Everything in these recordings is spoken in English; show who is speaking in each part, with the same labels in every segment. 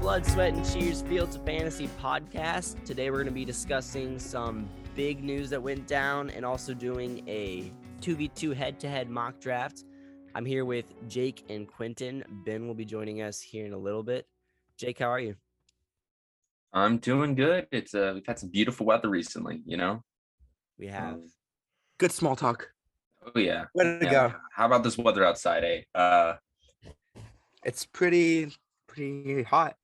Speaker 1: Blood, Sweat, and Tears Fields of Fantasy podcast. Today we're going to be discussing some big news that went down and also doing a 2v2 head to head mock draft. I'm here with Jake and Quentin. Ben will be joining us here in a little bit. Jake, how are you?
Speaker 2: I'm doing good. It's uh, we've had some beautiful weather recently, you know.
Speaker 1: We have.
Speaker 3: Good small talk.
Speaker 2: Oh yeah.
Speaker 3: Way to
Speaker 2: Yeah.
Speaker 3: go.
Speaker 2: How about this weather outside, eh? Uh,
Speaker 3: It's pretty, pretty hot.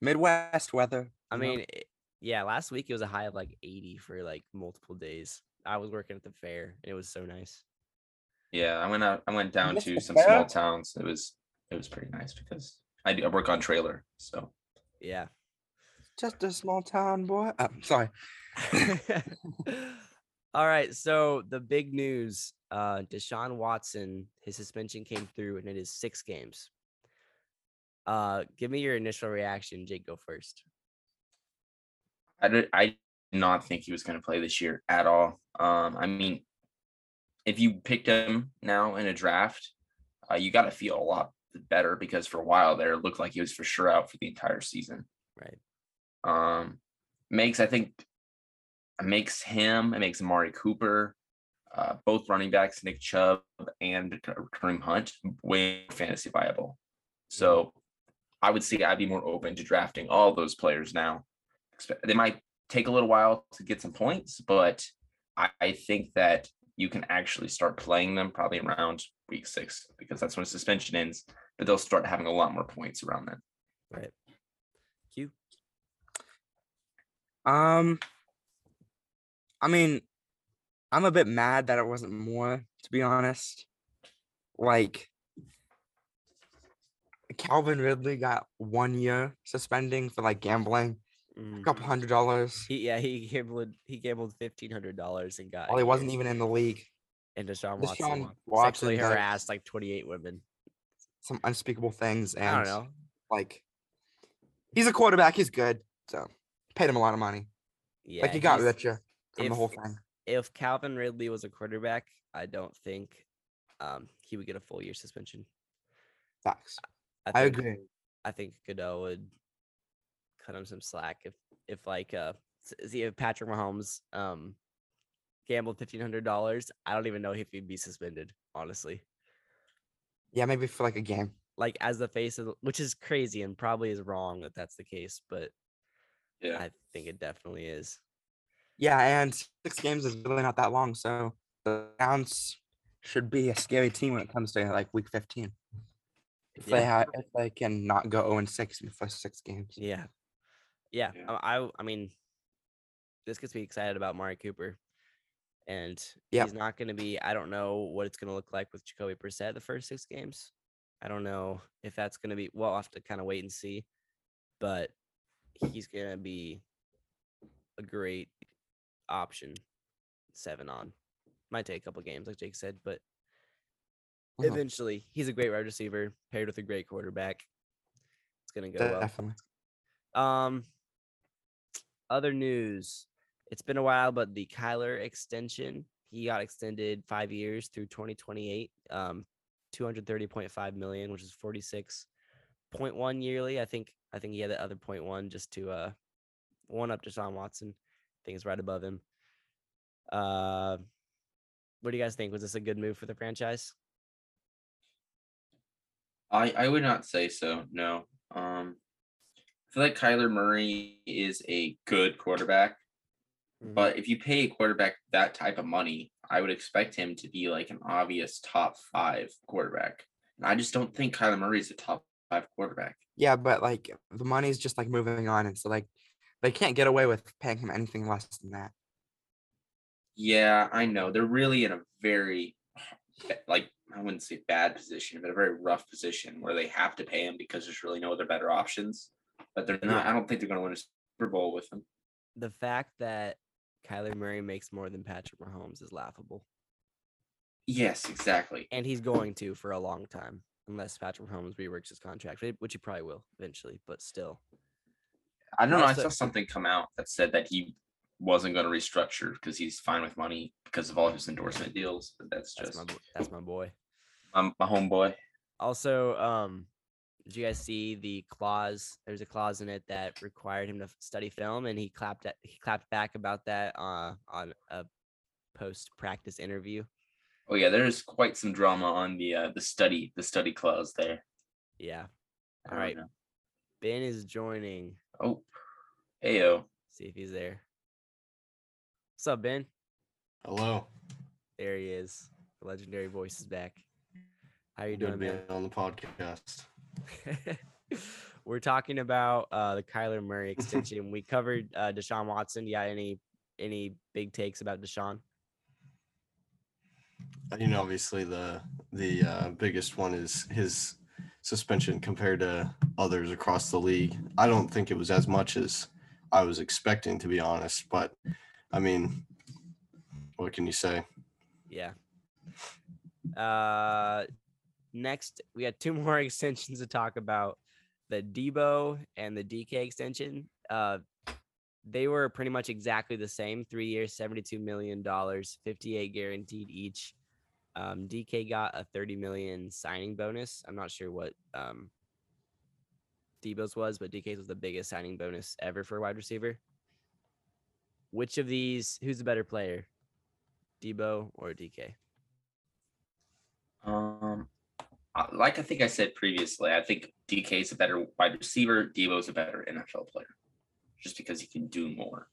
Speaker 3: Midwest weather.
Speaker 1: I
Speaker 3: you know?
Speaker 1: mean, it- yeah, last week it was a high of like 80 for like multiple days. I was working at the fair and it was so nice.
Speaker 2: yeah, I went out. I went down
Speaker 3: Yes,
Speaker 2: to
Speaker 3: it's
Speaker 2: some
Speaker 3: fair.
Speaker 2: small towns. It was it was pretty nice because I do I work on trailer, so
Speaker 1: Yeah.
Speaker 3: just a small town boy. I'm sorry.
Speaker 1: All right. So the big news: uh, Deshaun Watson, his suspension came through, and it is six games. Uh, give me your initial reaction, Jake. Go first.
Speaker 2: I did, I did not think he was going to play this year at all. Um, I mean, if you picked him now in a draft, uh, you got to feel a lot better because for a while there, it looked like he was for sure out for the entire season.
Speaker 1: Right.
Speaker 2: Um, makes I think it makes him. It makes Amari Cooper, uh, both running backs, Nick Chubb and Kareem Hunt, way more fantasy viable. So, I would say I'd be more open to drafting all those players now. Expe- They might take a little while to get some points, but I, I think that you can actually start playing them probably around week six because that's when suspension ends. But they'll start having a lot more points around then.
Speaker 1: Right. Q.
Speaker 3: Um, I mean, I'm a bit mad that it wasn't more, to be honest. Like, Calvin Ridley got one year suspending for like gambling, a
Speaker 1: Mm.
Speaker 3: couple hundred dollars.
Speaker 1: He, yeah, he gambled. He gambled fifteen hundred dollars and got.
Speaker 3: While he
Speaker 1: a
Speaker 3: wasn't
Speaker 1: year.
Speaker 3: even in the league,
Speaker 1: And Deshaun Watson,
Speaker 3: Deshaun
Speaker 1: wa-
Speaker 3: Watson
Speaker 1: sexually
Speaker 3: got-
Speaker 1: harassed like twenty-eight women.
Speaker 3: some unspeakable things. And
Speaker 1: I don't know.
Speaker 3: like he's a quarterback, he's good. So paid him a lot of money.
Speaker 1: Yeah,
Speaker 3: like he got
Speaker 1: he's-
Speaker 3: richer from
Speaker 1: if-
Speaker 3: the whole thing.
Speaker 1: If Calvin Ridley was a quarterback, I don't think um, he would get a full year suspension.
Speaker 3: Facts.
Speaker 1: I,
Speaker 3: I
Speaker 1: think-
Speaker 3: agree.
Speaker 1: I think Godot would cut him some slack if if like uh s- see if Patrick Mahomes um gambled fifteen hundred dollars. I don't even know if he'd be suspended, honestly.
Speaker 3: Yeah, maybe for like a game.
Speaker 1: Like as the face of, the, which is crazy and probably is wrong that that's the case, but
Speaker 2: Yeah.
Speaker 1: I think it definitely is.
Speaker 3: Yeah, and six games is really not that long, so the Browns should be a scary team when it comes to like week fifteen. If they
Speaker 1: Yeah.
Speaker 3: ha- if they can not go 0 and six in the first six games.
Speaker 1: Yeah, yeah.
Speaker 2: Yeah.
Speaker 1: I, I I mean, this gets me excited about Mari Cooper, and
Speaker 3: Yep.
Speaker 1: he's not going to be. I don't know what it's going to look like with Jacoby Brissett the first six games. I don't know if that's going to be. Well, I'll have to kind of wait and see, but he's going to be a great option. Seven on might take a couple games, like Jake said, but
Speaker 3: Mhm.
Speaker 1: eventually he's a great wide receiver paired with a great quarterback. It's going to go well.
Speaker 3: Definitely.
Speaker 1: Um, other news. It's been a while, but the Kyler extension, he got extended five years through 2028, um, 230.5 million, which is 46.1 yearly. I think I think he had the other point one just to uh one up to Sean Watson. I think it's right above him. Uh what do you guys think? Was this a good move for the franchise?
Speaker 2: I, I would not say so. No. Um, I feel like Kyler Murray is a good quarterback, but if you pay a quarterback that type of money, I would expect him to be like an obvious top five quarterback. And I just don't think Kyler Murray is a top five quarterback.
Speaker 3: Yeah, but like the money's just like moving on, and so like they can't get away with paying him anything less than that.
Speaker 2: Yeah, I know. They're really in a very h- like I wouldn't say bad position, but a very rough position where they have to pay him because there's really no other better options. But they're not. I don't think they're going to win a Super Bowl with him.
Speaker 1: The fact that Kyler Murray makes more than Patrick Mahomes is laughable.
Speaker 2: Yes, exactly.
Speaker 1: and he's going to for a long time unless Patrick Mahomes reworks his contract, whi- which he probably will eventually. But still,
Speaker 2: I don't know. I
Speaker 1: Also-
Speaker 2: saw something come out that said that he wasn't going to restructure because he's fine with money because of all his endorsement deals. But that's
Speaker 1: that's
Speaker 2: just
Speaker 1: my bo- that's my boy.
Speaker 2: my, my homeboy.
Speaker 1: Also, um, Did you guys see the clause? There's a clause in it that required him to f- study film, and he clapped at, he clapped back about that uh, on a post practice interview.
Speaker 2: Oh yeah, there's quite some drama on the uh, the study the study clause there.
Speaker 1: Yeah,
Speaker 2: I
Speaker 1: All
Speaker 2: don't
Speaker 1: right.
Speaker 2: know.
Speaker 1: Ben is joining.
Speaker 2: Oh, heyo.
Speaker 1: See if he's there. What's up, Ben?
Speaker 4: Hello.
Speaker 1: There he is. The legendary voice is back. How you
Speaker 4: Good
Speaker 1: doing,
Speaker 4: to be
Speaker 1: man?
Speaker 4: on the podcast.
Speaker 1: We're talking about uh, the Kyler Murray extension. we covered uh, Deshaun Watson. Yeah, any any big takes about Deshaun?
Speaker 4: I mean, obviously the the uh, biggest one is his suspension compared to others across the league. I don't think it was as much as I was expecting, to be honest. But I mean, what can you say?
Speaker 1: Yeah. Uh, next we had two more extensions to talk about: the Debo and the DK extension. Uh, they were pretty much exactly the same: three years, seventy-two million dollars, fifty-eight guaranteed each. Um, DK got a thirty million signing bonus. I'm not sure what um, Debo's was, but DK's was the biggest signing bonus ever for a wide receiver. Which of these? Who's the better player? Debo or DK?
Speaker 2: Um, I- like I think I said previously, I think DK is a better wide receiver. Debo is a better NFL player, just because he can do more.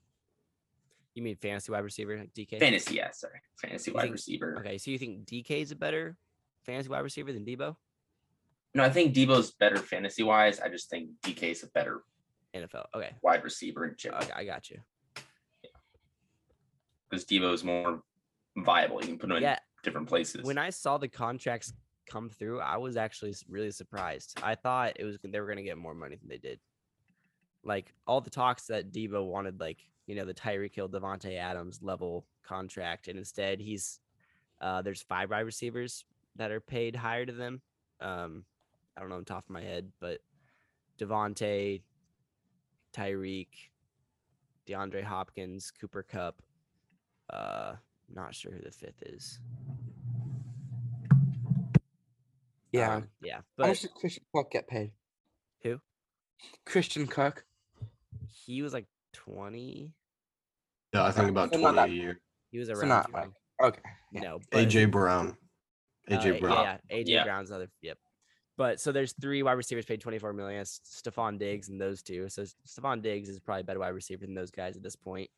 Speaker 1: You mean fantasy wide receiver, like DK?
Speaker 2: Fantasy, yeah, sorry, fantasy
Speaker 1: You
Speaker 2: wide
Speaker 1: think-
Speaker 2: receiver.
Speaker 1: Okay, so you think DK is a better fantasy wide receiver than Debo?
Speaker 2: No, I think Debo's better fantasy wise. I just think DK is a better
Speaker 1: NFL. Okay,
Speaker 2: wide receiver in general
Speaker 1: okay I got you.
Speaker 2: because Debo is more viable. You can put him
Speaker 1: Yeah,
Speaker 2: in different places.
Speaker 1: when I saw the contracts come through, I was actually s- really surprised. I thought it was they were going to get more money than they did. Like all the talks that Debo wanted, like you know the Tyreek Hill, Devonte Adams level contract, and instead he's uh, there's five wide receivers that are paid higher to them. Um, I don't know on top of my head, but Devonte, Tyreek, DeAndre Hopkins, Cooper Cup. Uh, not sure who the fifth is.
Speaker 3: Yeah.
Speaker 1: Um, yeah.
Speaker 3: How much
Speaker 1: But
Speaker 3: did Christian Cook get paid?
Speaker 1: Who?
Speaker 3: Christian Cook.
Speaker 1: he was like 20.
Speaker 4: Yeah, I think about
Speaker 3: So not
Speaker 4: twenty a
Speaker 3: that-
Speaker 4: year.
Speaker 1: He was
Speaker 3: So
Speaker 1: around.
Speaker 3: not
Speaker 1: 20.
Speaker 3: Okay. yeah.
Speaker 1: No. but,
Speaker 4: AJ Brown. AJ
Speaker 1: uh,
Speaker 4: Brown.
Speaker 1: Yeah. yeah, AJ
Speaker 2: Yeah.
Speaker 1: Brown's other. Yep. But so there's three wide receivers paid 24 million. That's Stephon Diggs and those two. So Stephon Diggs is probably a better wide receiver than those guys at this point.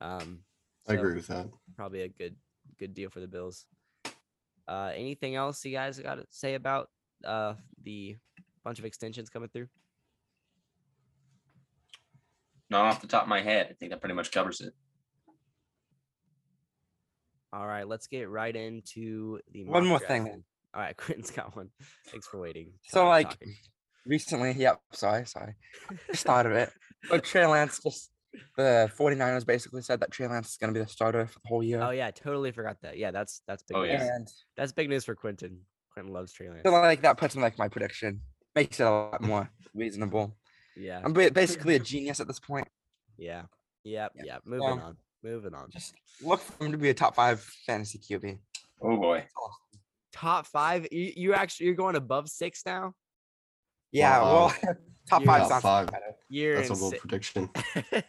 Speaker 1: Um,
Speaker 4: I
Speaker 1: so
Speaker 4: agree with that.
Speaker 1: Probably a good good deal for the Bills. Uh, anything else you guys got to say about uh the bunch of extensions coming through?
Speaker 2: Not off the top of my head, I think that pretty much covers it.
Speaker 1: All right, let's get right into the
Speaker 3: One
Speaker 1: mock
Speaker 3: more
Speaker 1: draft
Speaker 3: thing
Speaker 1: then. All right, Quentin's got one. Thanks for waiting.
Speaker 3: So,
Speaker 1: Tom, I'm
Speaker 3: like,
Speaker 1: talking.
Speaker 3: Recently, yep. Sorry, sorry. Just thought of it. But Trey Lance just the 49ers basically said that Trey Lance is gonna be the starter for the whole year.
Speaker 1: Oh yeah, totally forgot that. Yeah, that's that's big.
Speaker 2: Oh,
Speaker 1: news.
Speaker 2: yeah.
Speaker 3: And
Speaker 1: that's big news for Quentin. Quentin loves Trey Lance.
Speaker 3: so like that puts in like my prediction. Makes it a lot more reasonable.
Speaker 1: Yeah,
Speaker 3: I'm ba- basically a genius at this point.
Speaker 1: yeah, yeah,
Speaker 3: Yeah.
Speaker 1: yeah. Moving
Speaker 3: Um,
Speaker 1: on, moving on.
Speaker 3: Just look for him to be a top five fantasy QB.
Speaker 2: Oh boy.
Speaker 1: Top five. You, you actually you're going above six now.
Speaker 3: Yeah,
Speaker 4: Wow.
Speaker 3: well top
Speaker 1: You're
Speaker 3: five
Speaker 1: top
Speaker 3: sounds
Speaker 4: five.
Speaker 3: better.
Speaker 1: You're
Speaker 4: That's a
Speaker 1: in
Speaker 4: bold
Speaker 1: si-
Speaker 4: prediction.
Speaker 1: Yeah,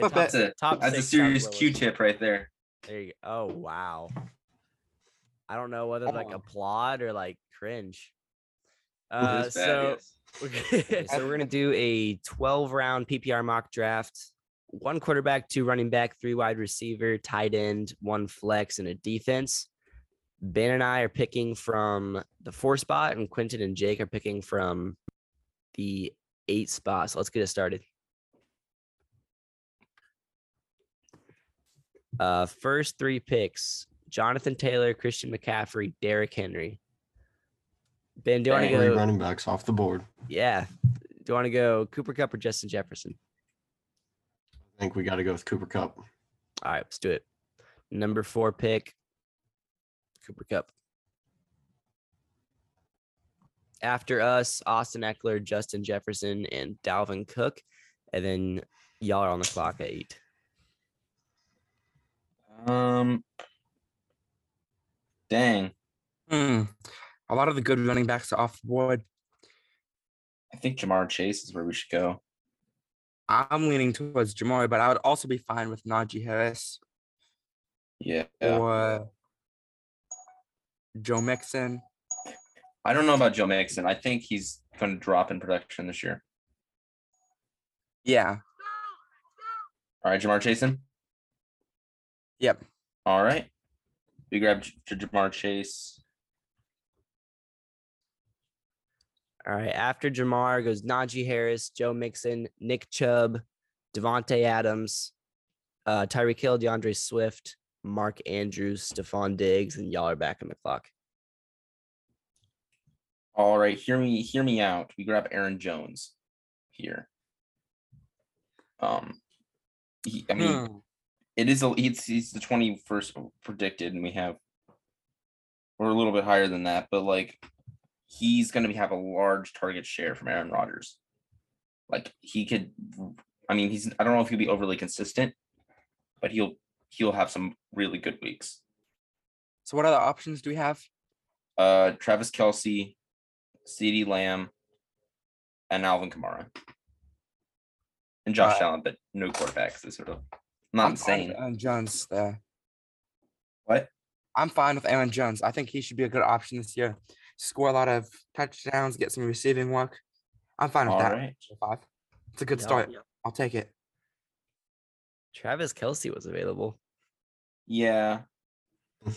Speaker 1: top,
Speaker 2: That's a
Speaker 1: top
Speaker 2: that's a
Speaker 1: six, top
Speaker 2: serious
Speaker 1: lowest.
Speaker 2: Q tip right there.
Speaker 1: There you go. Oh wow. I don't know whether to, like
Speaker 3: Oh.
Speaker 1: applaud or like cringe.
Speaker 2: It
Speaker 1: Uh,
Speaker 2: is bad,
Speaker 1: so
Speaker 2: yes.
Speaker 1: Okay, so we're gonna do a 12 round PPR mock draft. One quarterback, two running back, three wide receiver, tight end, one flex, and a defense. Ben and I are picking from the four spot, and Quentin and Jake are picking from the eight spot. So let's get it started. Uh, first three picks: Jonathan Taylor, Christian McCaffrey, Derrick Henry. Ben, do you want to
Speaker 2: Dang.
Speaker 4: Three
Speaker 1: go?
Speaker 4: running backs off the board.
Speaker 1: Yeah. Do you want to go Cooper Cup or Justin Jefferson?
Speaker 4: I think we got to go with Cooper Cup.
Speaker 1: All right, let's do it. Number four pick, Cooper Cup. After us, Austin Eckler, Justin Jefferson, and Dalvin Cook. And then y'all are on the clock at eight.
Speaker 2: Um dang.
Speaker 3: Hmm. A lot of the good running backs are off the board.
Speaker 2: I think Jamar Chase is where we should go.
Speaker 3: I'm leaning towards Jamari, but I would also be fine with Najee Harris
Speaker 2: Yeah.
Speaker 3: or Joe Mixon.
Speaker 2: I don't know about Joe Mixon. I think he's going to drop in production this year.
Speaker 3: Yeah.
Speaker 2: All right, Jamar Chase. in?
Speaker 3: Yep.
Speaker 2: All right. We grab J- J- Jamar Chase.
Speaker 1: All right. After Jamar goes Najee Harris, Joe Mixon, Nick Chubb, Devontae Adams, uh, Tyreek Hill, DeAndre Swift, Mark Andrews, Stephon Diggs, and y'all are back on the clock.
Speaker 2: All right, hear me, hear me out. We grab Aaron Jones here. Um, he, I mean,
Speaker 3: Hmm.
Speaker 2: it is a it's he's the 21st predicted and we have we're a little bit higher than that but like he's going to have a large target share from Aaron Rodgers like he could I mean he's I don't know if he'll be overly consistent but he'll he'll have some really good weeks
Speaker 3: So what other options do we have?
Speaker 2: uh Travis Kelsey CeeDee Lamb and Alvin Kamara and Josh
Speaker 3: Uh,
Speaker 2: Allen but no quarterbacks is sort of not
Speaker 3: I'm fine with
Speaker 2: insane
Speaker 3: Aaron Jones there.
Speaker 2: what
Speaker 3: I'm fine with Aaron Jones. I think he should be a good option this year. Score a lot of touchdowns, get some receiving work. I'm fine with
Speaker 2: all
Speaker 3: that.
Speaker 2: right
Speaker 3: Five. It's a good
Speaker 1: Y'all-
Speaker 3: start. I'll take it.
Speaker 1: Travis Kelsey was available.
Speaker 2: yeah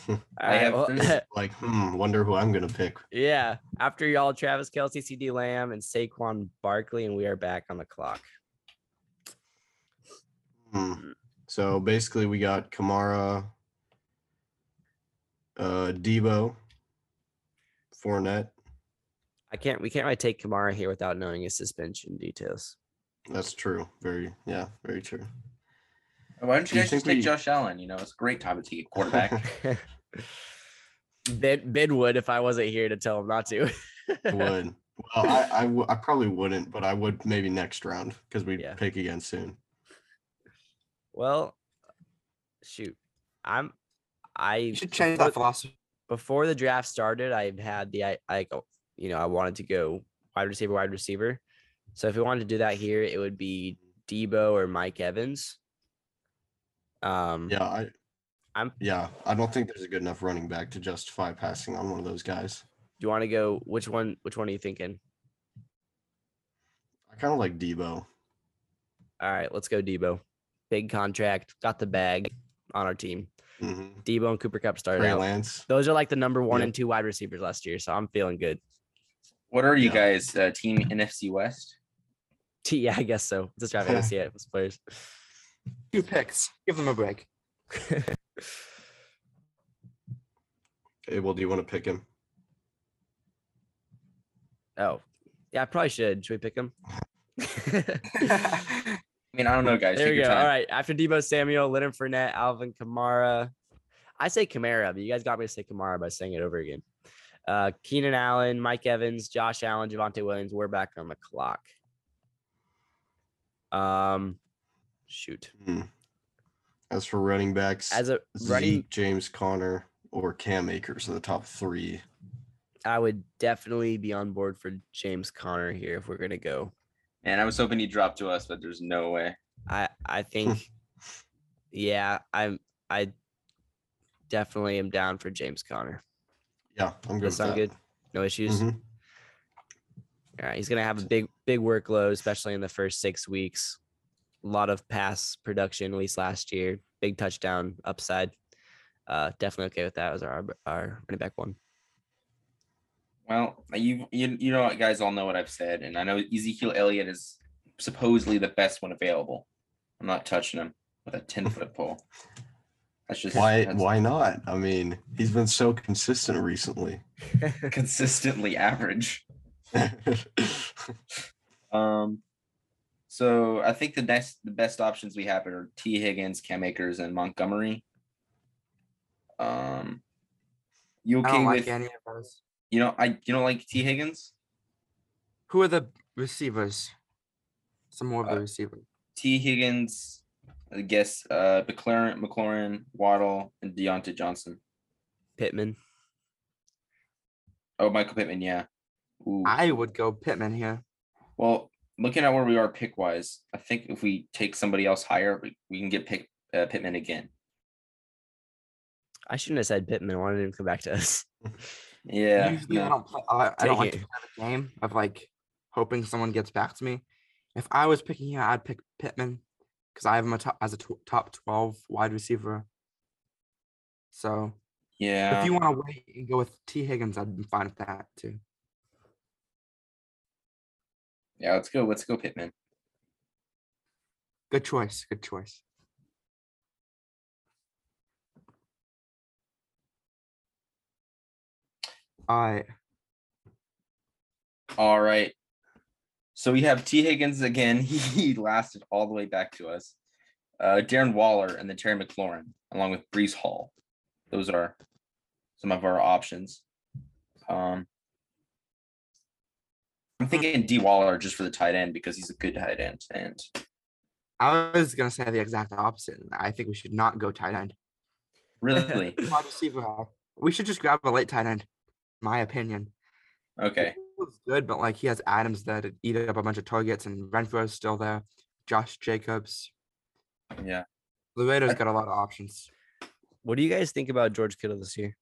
Speaker 1: All
Speaker 2: I
Speaker 1: right,
Speaker 2: have
Speaker 1: well-
Speaker 2: three.
Speaker 4: like, hmm, wonder who I'm gonna pick.
Speaker 1: yeah. After y'all, Travis Kelsey, CD Lamb, and Saquon Barkley, and we are back on the clock.
Speaker 4: Hmm. So basically, we got Kamara, uh, Debo, Fournette.
Speaker 1: I can't. We can't really take Kamara here without knowing his suspension details.
Speaker 4: That's true. Very, yeah, very true.
Speaker 2: Why don't
Speaker 4: Do
Speaker 2: you
Speaker 4: you
Speaker 2: guys just take
Speaker 4: think we-
Speaker 2: Josh Allen? You know, it's a great time to take a quarterback.
Speaker 1: Bid Bid would if I wasn't here to tell him not to.
Speaker 4: I would. Well, I, I, w- I probably wouldn't, but I would maybe next round because we
Speaker 1: Yeah.
Speaker 4: pick again soon.
Speaker 1: Well, shoot, I'm. I
Speaker 3: You should change that
Speaker 1: before-
Speaker 3: philosophy.
Speaker 1: before the draft started. I had the I like oh, you know I wanted to go wide receiver, wide receiver. So if we wanted to do that here, it would be Debo or Mike Evans. Um,
Speaker 4: Yeah, I.
Speaker 1: I'm-
Speaker 4: Yeah, I don't think there's a good enough running back to justify passing on one of those guys.
Speaker 1: Do you want to go? Which one? Which one are you thinking?
Speaker 4: I kind of like Debo.
Speaker 1: All right, let's go Debo. Big contract, got the bag on our team.
Speaker 4: hmm
Speaker 1: Debo and Cooper Cup started
Speaker 4: Trey
Speaker 1: out.
Speaker 4: Lance.
Speaker 1: Those are like the number one
Speaker 4: Yeah.
Speaker 1: and two wide receivers last year, so I'm feeling good.
Speaker 2: what are you
Speaker 4: Yeah.
Speaker 2: guys? Uh, team NFC West?
Speaker 1: Yeah, I guess so. Just driving to see it with players.
Speaker 3: Two picks. Give them a break.
Speaker 4: Okay, well, do you want to pick him?
Speaker 1: Oh, yeah, I probably should. Should we pick him?
Speaker 2: I mean, I don't know, guys.
Speaker 1: there
Speaker 2: take
Speaker 1: we
Speaker 2: your
Speaker 1: go.
Speaker 2: time.
Speaker 1: All right, after Debo Samuel, Leonard Fournette, Alvin Kamara. I say Kamara, but you guys got me to say Kamara by saying it over again. Uh, Keenan Allen, Mike Evans, Josh Allen, Javante Williams. We're back on the clock. Um, shoot.
Speaker 4: Hmm. As for running backs,
Speaker 1: As a running
Speaker 4: Zeke, James Connor, or Cam Akers are the top three.
Speaker 1: I would definitely be on board for James Conner here if we're gonna go.
Speaker 2: And I was hoping he'd drop to us, but there's no way.
Speaker 1: I I think, yeah, I'm I definitely am down for James Conner.
Speaker 4: Yeah, I'm
Speaker 1: Does
Speaker 4: good. With
Speaker 1: that sound
Speaker 4: that.
Speaker 1: good? No issues.
Speaker 4: Mhm.
Speaker 1: All right, he's gonna have a big big workload, especially in the first six weeks. A lot of pass production, at least last year. Big touchdown upside. Uh, definitely okay with that. As our our running back one.
Speaker 2: Well, you you you know, what, guys all know what I've said, and I know Ezekiel Elliott is supposedly the best one available. I'm not touching him with a ten foot pole. That's just
Speaker 4: Why?
Speaker 2: that's
Speaker 4: Why not? I mean, he's been so consistent recently.
Speaker 2: consistently average. Um, so I think the next the best options we have are T. Higgins, Cam Akers, and Montgomery. Um, you
Speaker 3: I
Speaker 2: okay
Speaker 3: don't
Speaker 2: with
Speaker 3: like any of those.
Speaker 2: you know I you don't like T. Higgins?
Speaker 3: Who are the receivers? Some more of
Speaker 2: Uh,
Speaker 3: the receivers.
Speaker 2: T. Higgins, I guess uh McLaren, McLaurin, Waddle, and Deontay Johnson.
Speaker 1: Pittman.
Speaker 2: Oh, Michael Pittman, yeah. Ooh,
Speaker 3: I would go Pittman here.
Speaker 2: Well, looking at where we are pick wise, I think if we take somebody else higher, we, we can get pick, uh, Pittman again.
Speaker 1: I shouldn't have said Pittman. I wanted him to come back to us.
Speaker 2: Yeah.
Speaker 3: Usually I
Speaker 2: no.
Speaker 3: don't play. I, I
Speaker 1: Take
Speaker 3: don't like to
Speaker 1: it.
Speaker 3: play the game of like hoping someone gets back to me. If I was picking him, I'd pick Pittman because I have him a top, as a tw- top twelve wide receiver. So
Speaker 2: Yeah.
Speaker 3: if you want to wait and go with T Higgins, I'd be fine with that too.
Speaker 2: yeah. Let's go. Let's go Pittman.
Speaker 3: Good choice. Good choice. All right.
Speaker 2: All right. So we have T. Higgins again. He lasted all the way back to us. Uh, Darren Waller and then Terry McLaurin, along with Brees Hall. Those are some of our options. Um, I'm thinking D. Waller just for the tight end because he's a good tight end. And
Speaker 3: I was gonna say the exact opposite. I think we should not go tight end.
Speaker 2: really,
Speaker 3: Wide receiver. uh, We should just grab a late tight end. My opinion.
Speaker 2: okay.
Speaker 3: was good, but like he has Adams there to eat up a bunch of targets, and Renfro's still there. Josh Jacobs,
Speaker 2: Yeah.
Speaker 3: Laredo's got a lot of options.
Speaker 1: What do you guys think about George Kittle this year?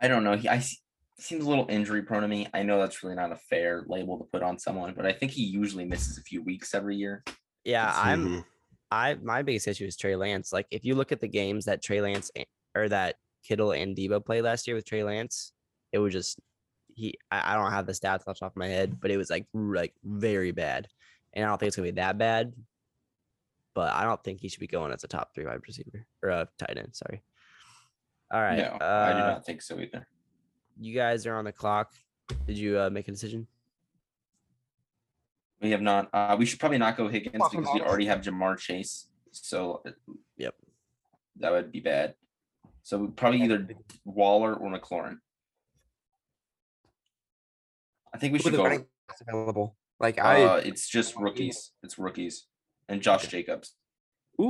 Speaker 2: I don't know. He I, s- seems a little injury prone to me. I know that's really not a fair label to put on someone, but I think he usually misses a few weeks every year.
Speaker 1: Yeah, I'm.
Speaker 4: Mhm.
Speaker 1: I my biggest issue is Trey Lance. Like if you look at the games that Trey Lance a- or that Kittle and Debo played last year with Trey Lance, it was just he. I, I don't have the stats off the top of my head, but it was like r- like very bad, and I don't think it's gonna be that bad. But I don't think he should be going as a top three wide receiver or a tight end. Sorry. All right.
Speaker 2: No, I do
Speaker 1: uh,
Speaker 2: not think so either.
Speaker 1: You guys are on the clock. Did you uh, make a decision?
Speaker 2: We have not. Uh, we should probably not go Higgins
Speaker 3: Fucking
Speaker 2: because we
Speaker 3: honest.
Speaker 2: already have Jamar Chase. So, uh,
Speaker 1: Yep.
Speaker 2: that would be bad. So we probably either Waller or McLaurin. I think we
Speaker 3: Who are
Speaker 2: should
Speaker 3: the
Speaker 2: go.
Speaker 3: running backs available? Like
Speaker 2: Uh, it's just rookies. It's rookies and Josh Jacobs.
Speaker 3: I ooh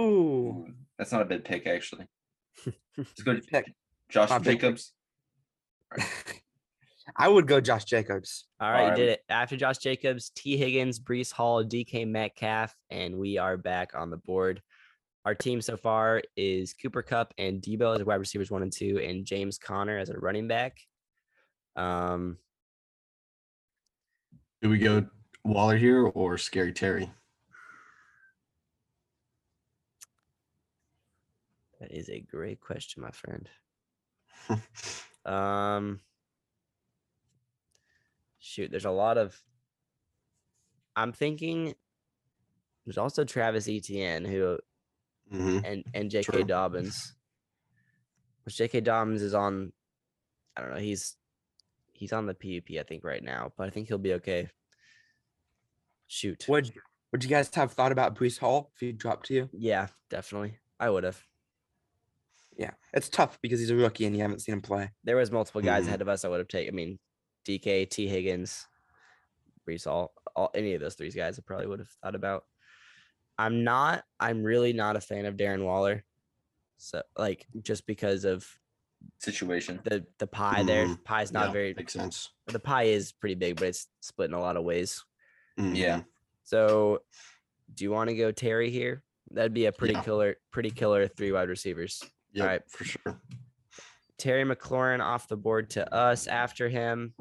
Speaker 2: Ooh, That's not a bad pick actually. Let's go
Speaker 3: pick.
Speaker 2: Josh
Speaker 3: Not a bad pick.
Speaker 2: Jacobs.
Speaker 3: I would go Josh Jacobs.
Speaker 1: All right, you
Speaker 2: Alright,
Speaker 1: did
Speaker 2: we-
Speaker 1: it. After Josh Jacobs, T. Higgins, Brees Hall, DK Metcalf, and we are back on the board. Our team so far is Cooper Cup and Debo as wide receivers one and two, and James Connor as a running back. Um,
Speaker 4: Do we go Waller here or Scary Terry?
Speaker 1: that is a great question, my friend. Um, shoot, there's a lot of. I'm thinking. There's also Travis Etienne, who
Speaker 4: Mhm.
Speaker 1: and and J.K.
Speaker 4: True.
Speaker 1: Dobbins. Which J.K. Dobbins is on, I don't know. He's he's on the PUP I think right now, but I think he'll be okay. Shoot.
Speaker 3: Would would you guys have thought about Brees Hall if he dropped to you?
Speaker 1: Yeah, definitely. I would have.
Speaker 3: Yeah, it's tough because he's a rookie and you haven't seen him play.
Speaker 1: There was multiple guys
Speaker 4: Mhm.
Speaker 1: ahead of us. I would have taken. I mean, DK, T. Higgins, Brees Hall, all any of those three guys. I probably would have thought about. I'm not. I'm really not a fan of Darren Waller. So like just because of
Speaker 2: Situation.
Speaker 1: the the pie there,
Speaker 4: Mhm.
Speaker 1: pie's not
Speaker 4: Yeah,
Speaker 1: very
Speaker 4: makes sense.
Speaker 1: the pie is pretty big, but it's split in a lot of ways.
Speaker 2: Yeah.
Speaker 4: Mhm.
Speaker 1: So, do you want to go Terry here? That'd be a pretty
Speaker 4: Yeah.
Speaker 1: killer, pretty killer three wide receivers.
Speaker 4: Yep,
Speaker 1: Alright.
Speaker 4: for sure.
Speaker 1: Terry McLaurin off the board to us after him.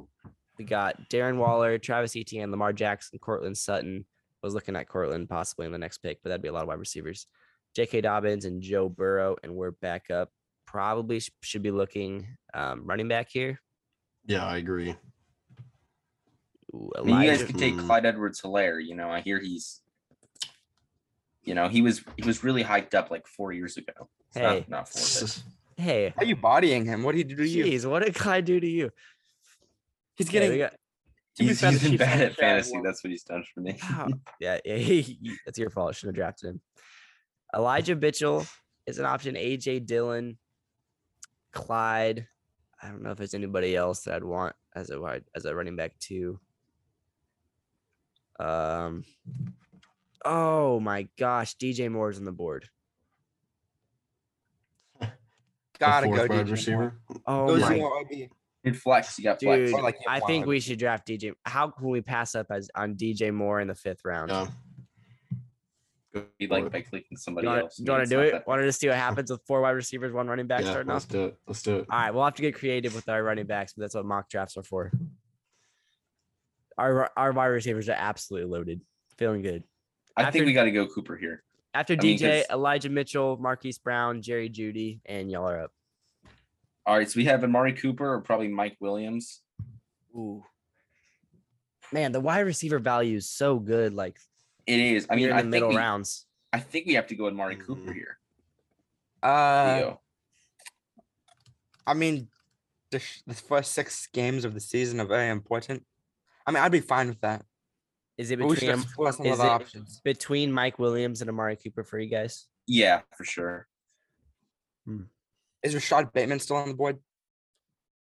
Speaker 1: We got Darren Waller, Travis Etienne, Lamar Jackson, Cortland Sutton. Was looking at Cortland possibly in the next pick, but that'd be a lot of wide receivers. J.K. Dobbins and Joe Burrow, and we're back up. Probably sh- should be looking um, running back here.
Speaker 4: Yeah, I agree.
Speaker 1: Ooh,
Speaker 2: I mean, you guys
Speaker 1: Elijah-
Speaker 2: could take
Speaker 4: Mhm.
Speaker 2: Clyde Edwards Hilaire. You know, I hear he's, you know, he was he was really hyped up like four years ago. It's not-
Speaker 1: Hey.
Speaker 2: not, four. but-
Speaker 1: hey,
Speaker 3: How are you bodying him? What did he do to you?
Speaker 1: jeez, what did Clyde do to you?
Speaker 3: He's
Speaker 1: Yeah,
Speaker 3: getting
Speaker 1: we got-
Speaker 3: to be
Speaker 2: He's,
Speaker 3: fair,
Speaker 2: he's
Speaker 3: the
Speaker 2: been
Speaker 3: Chiefs
Speaker 2: bad
Speaker 3: haven't
Speaker 2: at
Speaker 3: shown
Speaker 2: fantasy.
Speaker 3: anyone.
Speaker 2: That's what he's done for me.
Speaker 1: Wow. yeah, yeah, he- that's your fault. Should have drafted him. Elijah Mitchell is an option. AJ Dillon, Clyde. I don't know if there's anybody else that I'd want as a wide as a running back too. Um. Oh my gosh, DJ Moore's on the board.
Speaker 4: Got
Speaker 3: gotta go
Speaker 4: fourth wide
Speaker 3: DJ Moore.
Speaker 4: receiver.
Speaker 1: Oh
Speaker 3: Goes
Speaker 1: my
Speaker 3: Moore RB.
Speaker 2: Did flex? You got flex.
Speaker 1: Dude,
Speaker 3: Or, like,
Speaker 1: I
Speaker 3: yeah,
Speaker 1: think
Speaker 3: wild.
Speaker 1: we should draft DJ. How can we pass up as on DJ Moore in the fifth round?
Speaker 4: Yeah.
Speaker 2: Be like by clicking somebody
Speaker 1: you wanna,
Speaker 2: else. I
Speaker 1: you
Speaker 2: mean,
Speaker 1: wanna
Speaker 2: it's
Speaker 1: do
Speaker 2: not
Speaker 1: it?
Speaker 2: that-
Speaker 1: Want to just see what happens with four wide receivers, one running back
Speaker 4: yeah
Speaker 1: starting
Speaker 4: let's
Speaker 1: off?
Speaker 4: do it. Let's do it.
Speaker 1: All right, we'll have to get creative with our running backs, but that's what mock drafts are for. Our our wide receivers are absolutely loaded, feeling good.
Speaker 2: I think
Speaker 1: After-
Speaker 2: we got to go Cooper here.
Speaker 1: After
Speaker 2: I mean,
Speaker 1: DJ,
Speaker 2: 'cause-
Speaker 1: Elijah Mitchell, Marquise Brown, Jerry Judy, and y'all are up.
Speaker 2: All right, so we have Amari Cooper or probably Mike Williams.
Speaker 1: Ooh, man, the wide receiver value is so good. Like
Speaker 2: It is. I
Speaker 1: here
Speaker 2: mean,
Speaker 1: in
Speaker 2: I
Speaker 1: the
Speaker 2: think
Speaker 1: middle Mm-hmm.
Speaker 2: we,
Speaker 1: rounds.
Speaker 2: I think we have to go with Amari Cooper
Speaker 4: Mhm.
Speaker 2: here.
Speaker 3: Uh,
Speaker 2: Theo.
Speaker 3: I mean, the, sh- the first six games of the season are very important. I mean, I'd be fine with that.
Speaker 1: Is it
Speaker 3: But we should
Speaker 1: between Am-
Speaker 3: explore some
Speaker 1: is
Speaker 3: other
Speaker 1: it-
Speaker 3: options.
Speaker 1: between Mike Williams and Amari Cooper for you guys?
Speaker 2: Yeah, for sure.
Speaker 3: Is Rashad Bateman still on the board?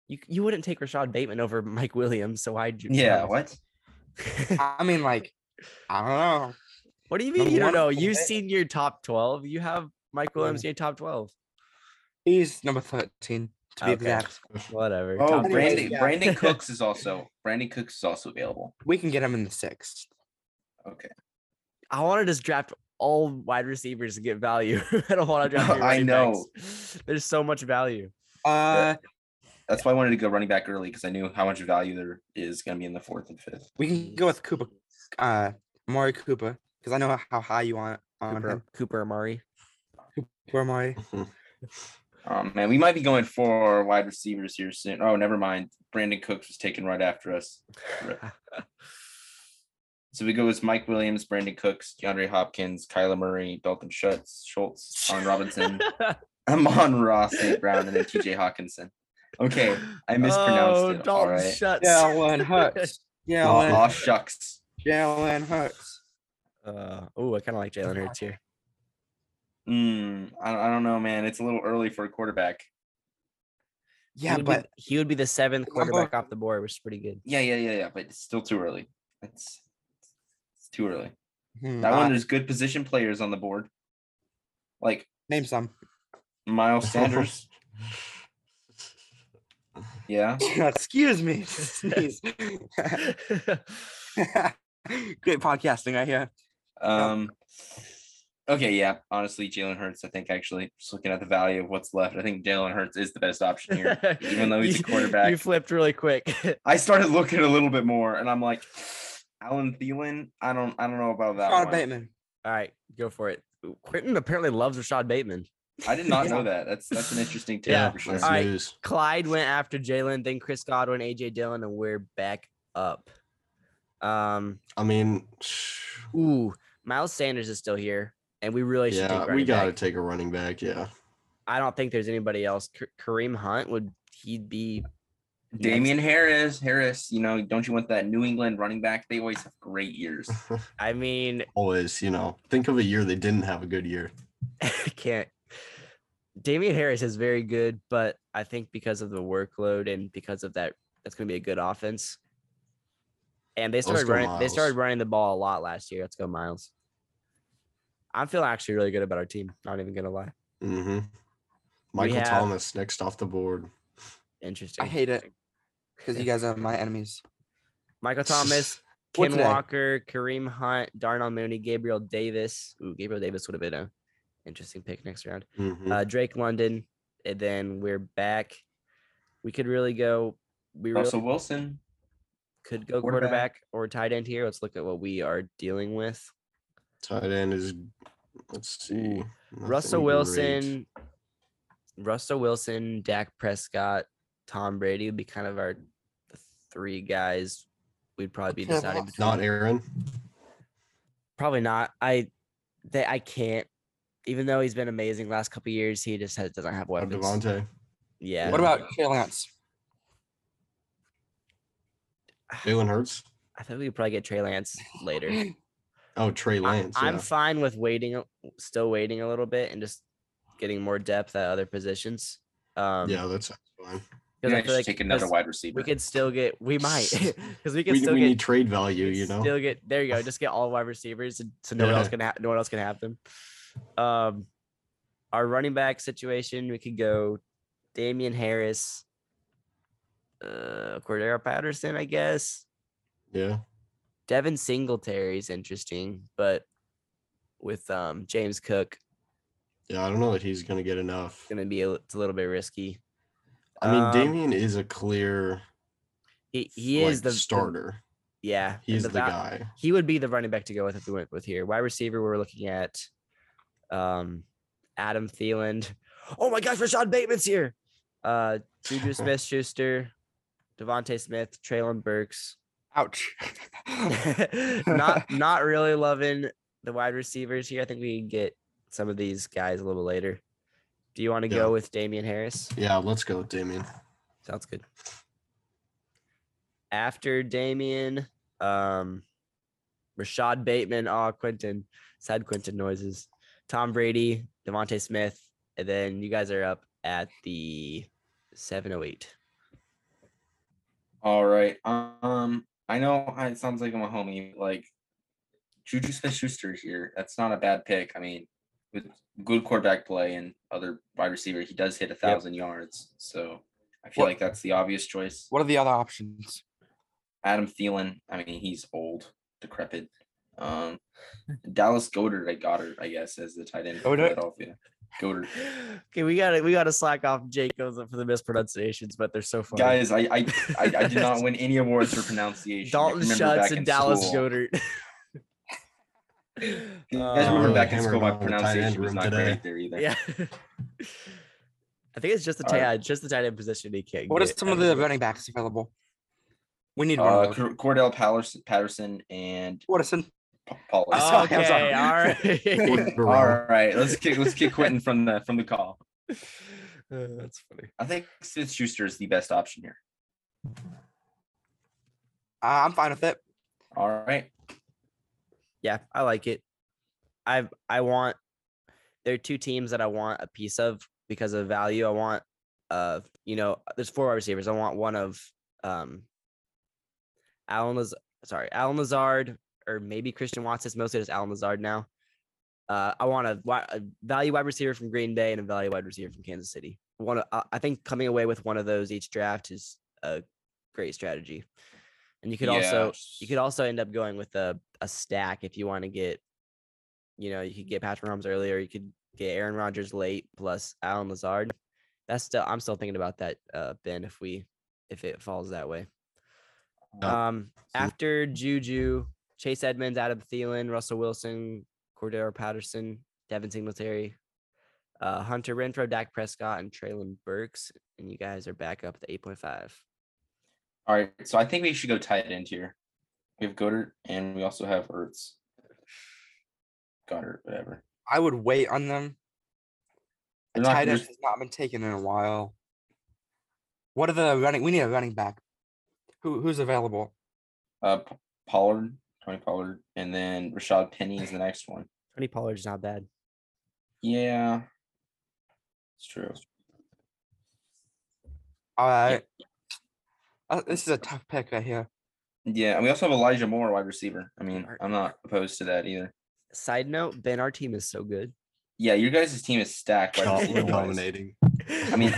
Speaker 1: You you wouldn't take Rashad Bateman over Mike Williams, so why'd you?
Speaker 2: Yeah. What?
Speaker 3: I mean, like, I don't know.
Speaker 1: What do you mean
Speaker 3: Number
Speaker 1: you don't
Speaker 3: one
Speaker 1: know?
Speaker 3: overall
Speaker 1: You've
Speaker 3: pick.
Speaker 1: seen your top 12. You have Mike
Speaker 3: Yeah.
Speaker 1: Williams in your top 12.
Speaker 3: He's number 13, to be
Speaker 1: Okay.
Speaker 3: exact.
Speaker 1: Whatever.
Speaker 2: Oh,
Speaker 1: top
Speaker 3: Anyways,
Speaker 2: Brandon.
Speaker 3: yeah.
Speaker 2: Brandon Cooks is also. Brandon Cooks is also available.
Speaker 3: We can get him in the sixth.
Speaker 2: Okay.
Speaker 1: I want to just draft all wide receivers to get value. I don't want to draft. any
Speaker 2: I
Speaker 1: running
Speaker 2: know.
Speaker 1: backs. There's so much value.
Speaker 3: Uh,
Speaker 2: That's why I wanted to go running back early because I knew how much value there is going to be in the fourth and fifth.
Speaker 3: we can go with Cooper, uh, Mari Cooper, because I know how high you want on
Speaker 1: Cooper,
Speaker 3: him.
Speaker 1: Cooper Amari.
Speaker 3: Poor Mari.
Speaker 2: Um, man, we might be going for wide receivers here soon. Oh, never mind. Brandon Cooks was taken right after us. Rip. So we go with Mike Williams, Brandon Cooks, DeAndre Hopkins, Kyler Murray, Dalton Schultz, Schultz, Sean Robinson, Amon Ross, Nate Brown, and then TJ Hawkinson. Okay, I mispronounced
Speaker 1: oh,
Speaker 2: it. All
Speaker 1: Dalton
Speaker 2: right.
Speaker 1: Schultz.
Speaker 3: Jalen Hurts. Jalen,
Speaker 2: Aw, shucks.
Speaker 3: Jalen Hurts.
Speaker 1: Uh, oh, I kind of like Jalen Hurts here.
Speaker 2: Mm, I, I don't know, man. It's a little early for a quarterback.
Speaker 1: he
Speaker 3: Yeah,
Speaker 1: would
Speaker 3: but
Speaker 1: be, he would be the seventh
Speaker 3: Number-
Speaker 1: quarterback off the board, which is pretty good.
Speaker 2: Yeah, yeah, yeah, yeah. But it's still too early. It's, it's too early.
Speaker 1: Mm,
Speaker 3: hmm,
Speaker 2: That
Speaker 3: uh,
Speaker 2: one, there's good position players on the board, like
Speaker 3: name some.
Speaker 2: Miles Sanders. yeah,
Speaker 3: Excuse me. Sneeze. Great podcasting right here.
Speaker 2: Um, okay, yeah. Honestly, Jalen Hurts. I think actually, just looking at the value of what's left, I think Jalen Hurts is the best option here, even though he's a
Speaker 1: You- You
Speaker 2: quarterback.
Speaker 1: flipped really quick.
Speaker 2: I started looking a little bit more, and I'm like, Alan Thielen. I don't. I don't know about that
Speaker 3: Rashad
Speaker 2: one.
Speaker 3: Bateman.
Speaker 1: All right, go for it. Quentin apparently loves Rashad Bateman.
Speaker 2: I did not
Speaker 3: Yeah.
Speaker 2: know that. That's that's an interesting tip
Speaker 1: Yeah.
Speaker 2: for sure.
Speaker 4: That's
Speaker 1: All right.
Speaker 4: news.
Speaker 1: Clyde went after Jalen, then Chris Godwin, AJ Dillon, and we're back up. Um,
Speaker 4: I mean,
Speaker 1: ooh, Miles Sanders is still here, and we really should take
Speaker 4: yeah, we
Speaker 1: running
Speaker 4: got to
Speaker 1: back.
Speaker 4: take a running back. Yeah.
Speaker 1: I don't think there's anybody else. K- Kareem Hunt would he'd be
Speaker 2: Damian Harris, Harris. You know, don't you want that New England running back? They always have great years.
Speaker 1: I mean,
Speaker 4: Always, you know, think of a year they didn't have a good year.
Speaker 1: can't. Damian Harris is very good, but I think because of the workload and because of that, that's going to be a good offense. And they started
Speaker 4: go
Speaker 1: running. They
Speaker 4: Miles.
Speaker 1: started running the ball a lot last year. Let's go, Miles. I'm feeling actually really good about our team. Not even going to lie.
Speaker 4: hmm Michael
Speaker 1: have-
Speaker 4: Thomas next off the board.
Speaker 1: Interesting.
Speaker 3: I hate it because you guys are my enemies.
Speaker 1: Michael Thomas,
Speaker 3: What
Speaker 1: Ken
Speaker 3: today?
Speaker 1: Walker, Kareem Hunt, Darnell Mooney, Gabriel Davis. Ooh, Gabriel Davis would have been a interesting pick next round.
Speaker 4: Mhm.
Speaker 1: uh, Drake London, and then we're back. We could really go. We really
Speaker 2: Russell Wilson.
Speaker 1: could go quarterback.
Speaker 2: quarterback.
Speaker 1: or tight end here. Let's look at what we are dealing with.
Speaker 4: Tight end is, let's see.
Speaker 1: Russell
Speaker 4: nothing great.
Speaker 1: Wilson, Russell Wilson, Dak Prescott, Tom Brady would be kind of our three guys. We'd probably be
Speaker 3: Okay,
Speaker 1: deciding
Speaker 3: that's
Speaker 1: between.
Speaker 4: Not Aaron.
Speaker 1: probably not. I that I can't. Even though he's been amazing last couple years, he just has, doesn't have
Speaker 4: Or
Speaker 1: weapons.
Speaker 4: Devontae.
Speaker 1: Yeah.
Speaker 3: What about Trey Lance?
Speaker 4: Jalen Hurts.
Speaker 1: I think we could probably get Trey Lance later.
Speaker 4: Oh, Trey Lance.
Speaker 1: I, am
Speaker 4: yeah.
Speaker 1: fine with waiting, a- still waiting a little bit, and just getting more depth at other positions. Um,
Speaker 4: yeah, that's fine.
Speaker 2: You
Speaker 1: 'cause I
Speaker 2: guys
Speaker 1: feel
Speaker 2: should
Speaker 1: like
Speaker 2: take another
Speaker 1: 'cause
Speaker 2: wide receiver.
Speaker 1: We could still get. We might because we could
Speaker 4: We,
Speaker 1: still
Speaker 4: we
Speaker 1: get.
Speaker 4: need trade
Speaker 1: we
Speaker 4: value,
Speaker 1: could
Speaker 4: you know?
Speaker 1: Still get there. You go. Just get all wide receivers, and- so no one else
Speaker 4: Yeah.
Speaker 1: can ha- no one else can have them. Um, our running back situation, we could go Damian Harris, uh, Cordero Patterson, I guess.
Speaker 4: Yeah.
Speaker 1: Devin Singletary's interesting, but with um, James Cook,
Speaker 4: Yeah. I don't know that he's going to get enough.
Speaker 1: gonna be a, it's a little bit risky.
Speaker 4: I mean,
Speaker 1: Um,
Speaker 4: Damien is a clear
Speaker 1: He he is
Speaker 4: like,
Speaker 1: the the-
Speaker 4: starter.
Speaker 1: yeah, and
Speaker 4: He's the,
Speaker 1: val-
Speaker 4: guy.
Speaker 1: He would be the running back to go with if we went with here. Wide receiver, we're looking at um Adam Thielen. Oh my gosh, Rashad Bateman's here. Uh Juju Smith Schuster, Devontae Smith, Traylon Burks.
Speaker 3: Ouch.
Speaker 1: not not really loving the wide receivers here. I think we can get some of these guys a little later. Do you want to
Speaker 4: Yeah.
Speaker 1: go with Damian Harris?
Speaker 4: Yeah. Let's go with Damien.
Speaker 1: Sounds good. After Damien, um, Rashad Bateman, ah, Quentin, sad Quentin noises, Tom Brady, Devontae Smith, and then you guys are up at the 708.
Speaker 2: All right. Um, I know I- it sounds like I'm a homie, but, like Juju Smith Schuster here. That's not a bad pick. I mean, with good quarterback play and other wide receiver, he does hit a thousand yards. So I feel
Speaker 3: What-
Speaker 2: like that's the obvious choice.
Speaker 3: What are the other options?
Speaker 2: Adam Thielen, I mean, he's old, decrepit. Um Dallas Goddard, I Goddard, I guess, as the tight end for
Speaker 3: Goedert?
Speaker 2: Philadelphia. Goddard.
Speaker 1: Okay, we got to we got to slack off Jacobs for the mispronunciations, but they're so funny.
Speaker 2: Guys, I I, I I did not win any awards for pronunciation. I
Speaker 1: Dalton
Speaker 2: remember
Speaker 1: Schutz
Speaker 2: back
Speaker 1: and
Speaker 2: in
Speaker 1: Dallas
Speaker 2: school-
Speaker 1: Goddard.
Speaker 2: You guys
Speaker 4: Uh,
Speaker 1: Um,
Speaker 2: remember
Speaker 4: really
Speaker 2: back in
Speaker 4: hammered
Speaker 2: school, my
Speaker 4: on the tight end
Speaker 2: pronunciation was
Speaker 4: room
Speaker 2: not
Speaker 4: today.
Speaker 2: great there either.
Speaker 1: Yeah. I think it's just the
Speaker 2: All
Speaker 1: tight
Speaker 2: right.
Speaker 1: end, just the tight end position he can't.
Speaker 3: What are
Speaker 1: get
Speaker 3: some of
Speaker 1: everywhere.
Speaker 3: the running backs available? We need one.
Speaker 2: Uh,
Speaker 3: of those.
Speaker 2: Cor- Cordell Patterson, Patterson and
Speaker 3: Watterson.
Speaker 2: P- Pollard.
Speaker 3: I saw
Speaker 1: Okay,
Speaker 3: him, sorry.
Speaker 1: all
Speaker 4: Oh,
Speaker 1: right.
Speaker 2: All right, let's kick let's kick Quentin from the from the call.
Speaker 1: That's funny.
Speaker 2: I think Smith Schuster is the best option here.
Speaker 3: Uh, I'm fine with it.
Speaker 2: All right,
Speaker 1: Yeah, I like it. I I want there are two teams that I want a piece of because of value. I want uh you know there's four wide receivers. I want one of um Alan Laz- sorry Alan Lazard or maybe Christian Watson. It's mostly just Alan Lazard now. Uh, I want a, wi- a value wide receiver from Green Bay and a value wide receiver from Kansas City. One, of- I I think coming away with one of those each draft is a great strategy. And you could also you could also end up going with a, a stack if you want to get, you know, you could get Patrick Mahomes earlier. You could get Aaron Rodgers late plus Alan Lazard. That's still I'm still thinking about that, uh, Ben. If we if it falls that way.
Speaker 4: Yeah.
Speaker 1: Um, after Juju, Chase Edmonds, Adam Thielen, Russell Wilson, Cordero Patterson, Devin Singletary, uh, Hunter Renfro, Dak Prescott, and Traylon Burks, and you guys are back up to eight point five.
Speaker 2: all right. So I think we should go tight end here. We have Goddard and we also have Ertz. Goddard, whatever.
Speaker 3: I would wait on them. A
Speaker 2: They're not-
Speaker 3: tight end
Speaker 2: there's-
Speaker 3: has not been taken in a while. What are the running? We need a running back. Who who's available?
Speaker 2: Uh, P- Pollard, Tony Pollard, and then Rashad Penny is the next one.
Speaker 1: Tony Pollard's not bad.
Speaker 2: Yeah, it's true.
Speaker 3: Uh, uh, this is a tough pick right here.
Speaker 2: Yeah, and we also have Elijah Moore, wide receiver. I mean,
Speaker 1: Are-
Speaker 2: I'm not opposed to that either.
Speaker 1: Side note, Ben, our team is so good.
Speaker 2: Yeah, your guys' team is stacked. Wide
Speaker 4: God, we're
Speaker 2: receiver wise.
Speaker 4: dominating.
Speaker 1: I
Speaker 2: mean-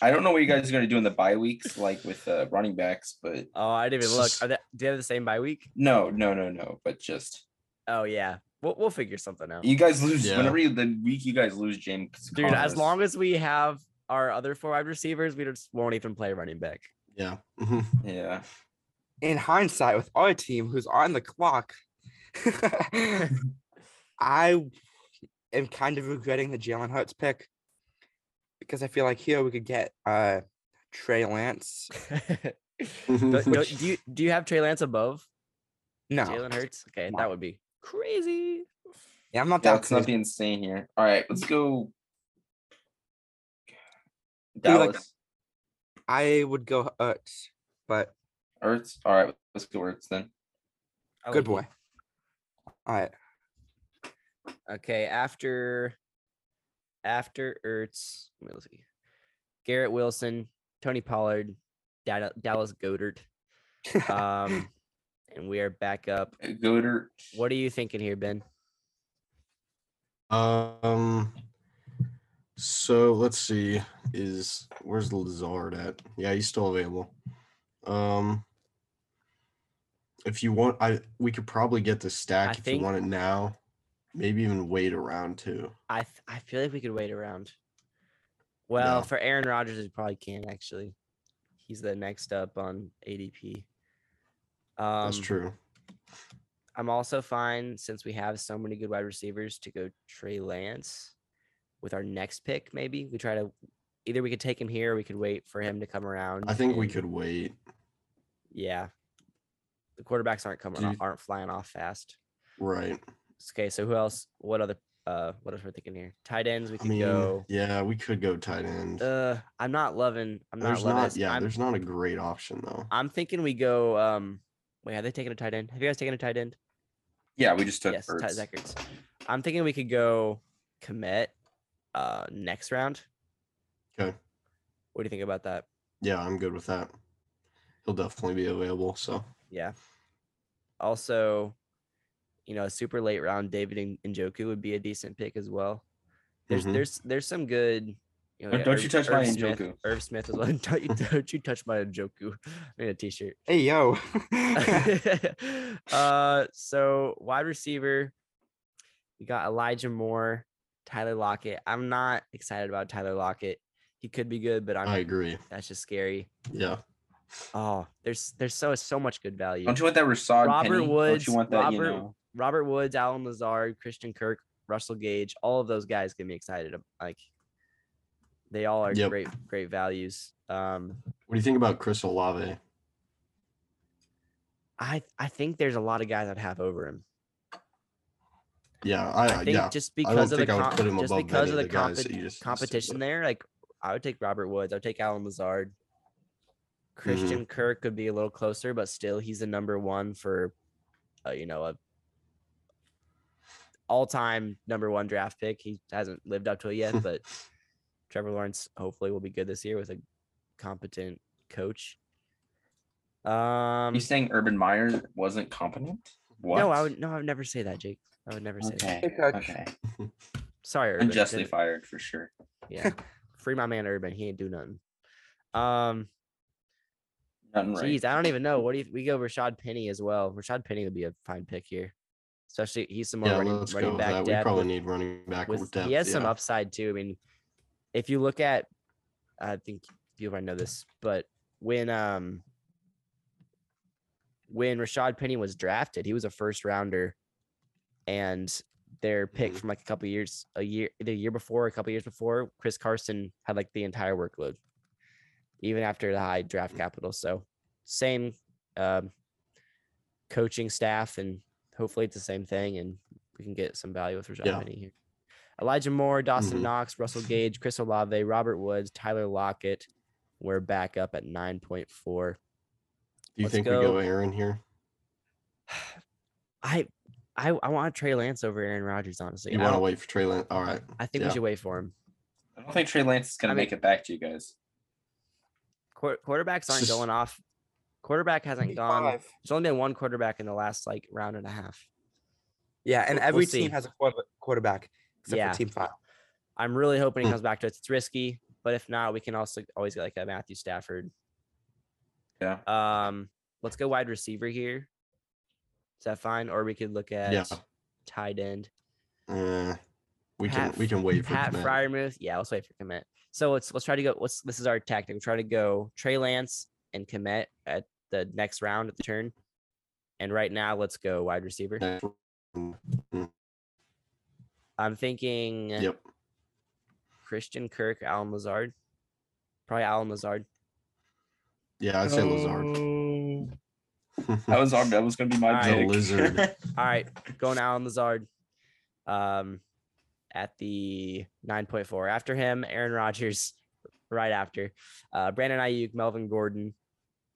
Speaker 2: I don't know what you guys are going to do in the bye weeks, like with uh, running backs, but
Speaker 1: oh, I didn't even look. Are they, do they have the same bye week?
Speaker 2: no, no, no, no. But just
Speaker 1: Oh yeah, we'll we'll figure something out.
Speaker 2: you guys lose
Speaker 4: Yeah.
Speaker 2: whenever you, the week you guys lose James.
Speaker 1: Dude, as long as we have our other four wide receivers, we just won't even play running back.
Speaker 4: Yeah. Mhm.
Speaker 2: yeah,
Speaker 3: In hindsight, with our team who's on the clock, I am kind of regretting the Jalen Hurts pick because I feel like here we could get uh Trey Lance.
Speaker 1: do, do- do you do you have Trey Lance above
Speaker 3: No,
Speaker 1: Jalen Hurts? Okay,
Speaker 3: No.
Speaker 1: that would be crazy.
Speaker 3: yeah, I'm not that.
Speaker 2: that's not
Speaker 3: crazy.
Speaker 2: being insane here. All right, let's go.
Speaker 3: you like-
Speaker 2: Dallas,
Speaker 3: I would go Hurts, but
Speaker 2: Ertz. All right, let's go Ertz then.
Speaker 1: I
Speaker 3: good
Speaker 1: like
Speaker 3: boy. All right.
Speaker 1: it. Okay, after after Ertz, let me see. Garrett Wilson, Tony Pollard, Dal- Dallas Godert. Um, and we are back up.
Speaker 2: Uh, Goddard.
Speaker 1: What are you thinking here, Ben?
Speaker 4: Um. So let's see. Is where's Lazard at? Yeah, he's still available. Um, if you want, I we could probably get the stack
Speaker 1: I
Speaker 4: if
Speaker 1: think-
Speaker 4: you want it now. Maybe even wait around too.
Speaker 1: I th- I feel like we could wait around. Well,
Speaker 4: No.
Speaker 1: for Aaron Rodgers, we probably can actually. He's the next up on ADP. Um,
Speaker 4: That's true.
Speaker 1: I'm also fine since we have so many good wide receivers to go Trey Lance with our next pick. Maybe we try to either we could take him here, or we could wait for him to come around.
Speaker 4: I think we
Speaker 1: and-
Speaker 4: could wait.
Speaker 1: Yeah, the quarterbacks aren't coming
Speaker 4: Do
Speaker 1: o-
Speaker 4: you-
Speaker 1: aren't flying off fast.
Speaker 4: Right.
Speaker 1: Okay, so who else? What other? Uh, what else we're thinking here? Tight ends. We
Speaker 4: I
Speaker 1: could
Speaker 4: mean,
Speaker 1: go.
Speaker 4: yeah, we could go tight end.
Speaker 1: Uh, I'm not loving. I'm not
Speaker 4: there's
Speaker 1: loving.
Speaker 4: not.
Speaker 1: this.
Speaker 4: Yeah,
Speaker 1: I'm,
Speaker 4: there's not a great option though.
Speaker 1: I'm thinking we go. Um, wait, have they taken a tight end? Have you guys taken a tight end?
Speaker 2: Yeah, we just took
Speaker 1: yes,
Speaker 2: Ertz.
Speaker 1: Ty- Zach Ertz. I'm thinking we could go commit uh next round.
Speaker 4: Okay.
Speaker 1: What do you think about that?
Speaker 4: Yeah, I'm good with that. He'll definitely be available. So
Speaker 1: Yeah. Also, you know, a super late round David and Njoku would be a decent pick as well. There's
Speaker 4: Mhm.
Speaker 1: there's there's some good. You know,
Speaker 2: Don't-
Speaker 1: yeah,
Speaker 2: don't you touch my
Speaker 1: Smith,
Speaker 2: Njoku.
Speaker 1: Irv Smith as well. Don't you, don't you touch my Njoku. I need a T-shirt.
Speaker 3: Hey yo.
Speaker 1: uh, so wide receiver, we got Elijah Moore, Tyler Lockett. I'm not excited about Tyler Lockett. He could be good, but I'm.
Speaker 4: I agree.
Speaker 1: That's just scary.
Speaker 4: Yeah.
Speaker 1: Oh, there's there's so so much good value.
Speaker 2: Don't you want that Rashad
Speaker 1: Robert
Speaker 2: Penny?
Speaker 1: Woods,
Speaker 2: Don't you want that? you
Speaker 1: Robert-
Speaker 2: know,
Speaker 1: Robert Woods, Alan Lazard, Christian Kirk, Russell Gage, all of those guys get me excited. ab- Like they all are
Speaker 4: Yep.
Speaker 1: great great values. Um,
Speaker 4: What do you think about Chris Olave?
Speaker 1: I I think there's a lot of guys I'd have over him.
Speaker 4: Yeah, I,
Speaker 1: I think
Speaker 4: Uh, yeah.
Speaker 1: just
Speaker 4: don't
Speaker 1: because of the
Speaker 4: think I would
Speaker 1: com-
Speaker 4: put him
Speaker 1: just
Speaker 4: above
Speaker 1: because of
Speaker 4: many of
Speaker 1: the,
Speaker 4: the guys that
Speaker 1: compet-
Speaker 4: you just listed,
Speaker 1: competition
Speaker 4: but-
Speaker 1: there, like I would take Robert Woods, I would take Alan Lazard.
Speaker 4: Mm-hmm.
Speaker 1: Christian Kirk could be a little closer, but still he's the number one for, uh, you know, a all-time number one draft pick. He hasn't lived up to it yet, but Trevor Lawrence hopefully will be good this year with a competent coach. Um,
Speaker 2: you saying Urban Meyer wasn't competent? What?
Speaker 1: no, I would no, I would never say that, Jake. I would never say that.
Speaker 2: Okay.
Speaker 3: Hey, coach.
Speaker 2: Okay.
Speaker 1: Sorry, Urban.
Speaker 2: Unjustly
Speaker 1: Didn't-
Speaker 2: fired for sure.
Speaker 1: Yeah. Free my man Urban. He ain't do nothing. Um
Speaker 2: Nothing right.
Speaker 1: geez, I don't even know. What do you we go Rashad Penny as well? Rashad Penny would be a fine pick here. Especially he's some more
Speaker 4: yeah,
Speaker 1: running,
Speaker 4: let's go
Speaker 1: running
Speaker 4: with
Speaker 1: back
Speaker 4: that. We
Speaker 1: depth.
Speaker 4: probably
Speaker 1: with-
Speaker 4: need running back
Speaker 1: with-
Speaker 4: depth.
Speaker 1: he has some
Speaker 4: yeah.
Speaker 1: upside too. I mean, if you look at I think you might know this, but when um when Rashad Penny was drafted, he was a first rounder and their pick
Speaker 4: Mhm.
Speaker 1: from like a couple years a year the year before, a couple years before, Chris Carson had like the entire workload. Even after the high draft
Speaker 4: Mm-hmm.
Speaker 1: capital. So same um coaching staff and hopefully it's the same thing and we can get some value with Rashad
Speaker 4: Yeah.
Speaker 1: Penny here. Elijah Moore, Dawson
Speaker 4: Mhm.
Speaker 1: Knox, Russell Gage, Chris Olave, Robert Woods, Tyler Lockett. We're back up at 9.4.
Speaker 4: Do you
Speaker 1: Let's
Speaker 4: think
Speaker 1: go.
Speaker 4: we go Aaron here?
Speaker 1: I I, I want Trey Lance over Aaron Rodgers, honestly.
Speaker 4: You
Speaker 1: I,
Speaker 4: want to
Speaker 1: don't-
Speaker 4: wait for Trey Lance? All right.
Speaker 1: I think we
Speaker 4: yeah.
Speaker 1: should wait for him.
Speaker 2: I don't think Trey Lance is going
Speaker 1: I
Speaker 2: to
Speaker 1: mean-
Speaker 2: make it back to you guys.
Speaker 1: Quar- quarterbacks aren't
Speaker 4: Just-
Speaker 1: going off. Quarterback hasn't gone.
Speaker 3: Five.
Speaker 1: There's only been one quarterback in the last like round and a half.
Speaker 3: Yeah, and
Speaker 1: We'll-
Speaker 3: every
Speaker 1: we'll see.
Speaker 3: team has a quarter- quarterback except
Speaker 1: Yeah.
Speaker 3: for team five.
Speaker 1: I'm really hoping he
Speaker 4: Hmm.
Speaker 1: comes back to us. It's risky, but if not, we can also always get like a Matthew Stafford.
Speaker 2: Yeah.
Speaker 1: Um, let's go wide receiver here. Is that fine? Or we could look at
Speaker 4: Yeah.
Speaker 1: tight end.
Speaker 4: Uh, we
Speaker 1: Pat
Speaker 4: can we can wait for
Speaker 1: Pat
Speaker 4: Komet.
Speaker 1: Fryermuth. Yeah, let's wait for commit. So let's let's try to go. Let's this is our tactic. We're trying to go Trey Lance and commit at the next round at the turn. And right now, let's go wide receiver.
Speaker 4: Next round.
Speaker 1: I'm thinking
Speaker 4: Yep.
Speaker 1: Christian Kirk, Alan Lazard. Probably Alan Lazard.
Speaker 4: Yeah, I'd say Lazard.
Speaker 2: That was our, that was going to be my
Speaker 1: Alright.
Speaker 2: pick.
Speaker 4: The lizard.
Speaker 1: All right, going Alan Lazard. Um, at the nine point four. After him, Aaron Rodgers. Right after, uh, Brandon Ayuk, Melvin Gordon,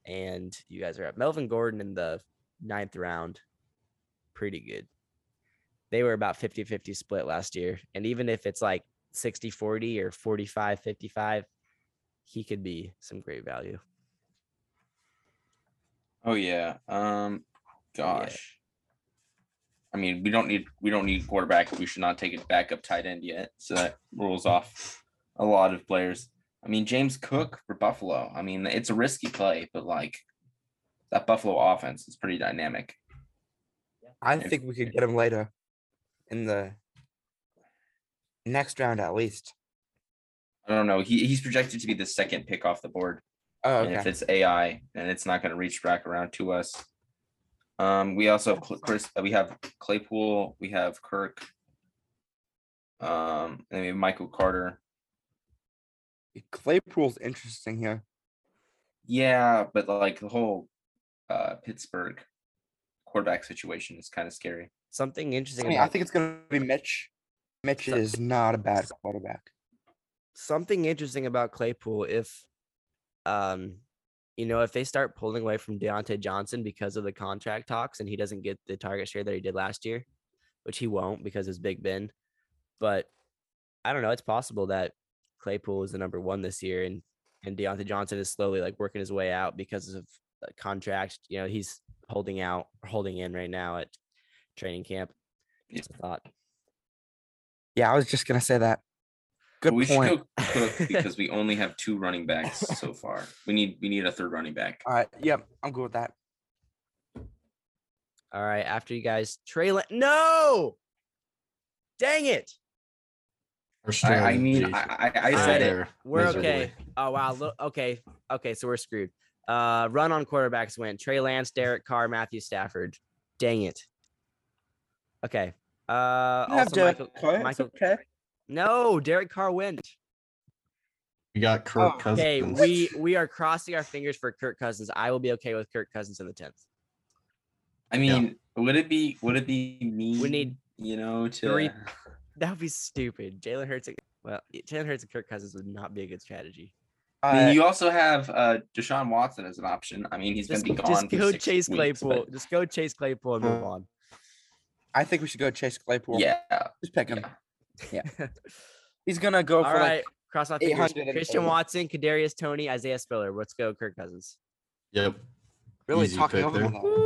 Speaker 1: and you guys are up. Melvin Gordon in the ninth round, pretty good. They were about 50-50 split last year, and even if it's like 60-40 or 45-55, he could be some great value.
Speaker 2: oh yeah. Um, gosh. I mean, we don't need we don't need quarterback. We should not take it back up tight end yet. So that rules off a lot of players. I mean, James Cook for Buffalo. I mean, it's a risky play, but like that Buffalo offense is pretty dynamic.
Speaker 3: I
Speaker 2: If-
Speaker 3: think we could get him later in the next round at least.
Speaker 2: I don't know. He, he's projected to be the second pick off the board.
Speaker 3: Oh,
Speaker 2: And if
Speaker 3: okay.
Speaker 2: it's AI, then it's not going to reach back around to us. Um, we also have Cl- Chris. uh, We have Claypool. We have Kirk. Um, and then we have Michael Carter.
Speaker 3: Claypool's interesting here.
Speaker 2: Yeah, but like the whole uh, Pittsburgh quarterback situation is kind of scary.
Speaker 1: Something interesting.
Speaker 3: I mean, I
Speaker 1: about
Speaker 3: think it's gonna be Mitch. Mitch
Speaker 1: So-
Speaker 3: is not a bad quarterback.
Speaker 1: something interesting about Claypool if um you know if they start pulling away from Deontay Johnson because of the contract talks and he doesn't get the target share that he did last year, which he won't because it's Big Ben. But I don't know, it's possible that Claypool is the number one this year and and Deontay Johnson is slowly like working his way out because of the contract. You know, he's holding out holding in right now at training camp.
Speaker 2: Yeah.
Speaker 1: Just a thought.
Speaker 3: Yeah, I was just gonna say that. Good
Speaker 2: But we
Speaker 3: point.
Speaker 2: should go Cook because we only have two running backs so far. We need we need a third running back.
Speaker 3: All right. Yep, I'm good with that.
Speaker 1: All right, after you guys trail it. No. Dang it.
Speaker 2: I,
Speaker 4: Or
Speaker 2: I
Speaker 4: Sterling
Speaker 2: mean,
Speaker 4: Jesus.
Speaker 2: I, I, I
Speaker 1: I
Speaker 2: said it.
Speaker 4: There
Speaker 1: We're
Speaker 4: miserably.
Speaker 1: okay. Oh wow. Look, okay. Okay. So we're screwed. Uh, run on quarterbacks win. Trey Lance, Derek Carr, Matthew Stafford. Dang it. Okay. Uh,
Speaker 3: You have
Speaker 1: also
Speaker 3: Derek
Speaker 1: Michael,
Speaker 3: Carr, it's
Speaker 1: Michael.
Speaker 3: okay.
Speaker 1: No, Derek Carr went.
Speaker 4: We got Kirk
Speaker 3: Oh,
Speaker 4: Cousins.
Speaker 1: Okay, we we are crossing our fingers for Kirk Cousins. I will be okay with Kirk Cousins in the tenth.
Speaker 2: I mean, would it be would it be mean?
Speaker 1: We need
Speaker 2: you know to
Speaker 1: three- that would be stupid. Jalen Hurts. and- Well, Jalen Hurts and Kirk Cousins would not be a good strategy.
Speaker 2: I mean,
Speaker 3: Uh,
Speaker 2: you also have uh, Deshaun Watson as an option. I mean, he's
Speaker 1: Just,
Speaker 2: going to be gone.
Speaker 1: just
Speaker 2: for
Speaker 1: go
Speaker 2: six
Speaker 1: chase
Speaker 2: weeks, but
Speaker 1: Claypool. Just go chase Claypool and move
Speaker 4: Mm.
Speaker 1: on.
Speaker 3: I think we should go chase Claypool.
Speaker 2: Yeah,
Speaker 3: Just pick him.
Speaker 2: yeah.
Speaker 3: He's gonna go
Speaker 1: All
Speaker 3: for
Speaker 1: right,
Speaker 3: like
Speaker 1: cross my fingers.
Speaker 3: 800 and
Speaker 1: Christian
Speaker 3: over.
Speaker 1: Watson, Kadarius Tony, Isaiah Spiller. Let's go, Kirk Cousins.
Speaker 4: Yep.
Speaker 3: really
Speaker 4: Easy
Speaker 3: talking
Speaker 4: pick
Speaker 3: over him.
Speaker 4: there.
Speaker 3: a lot.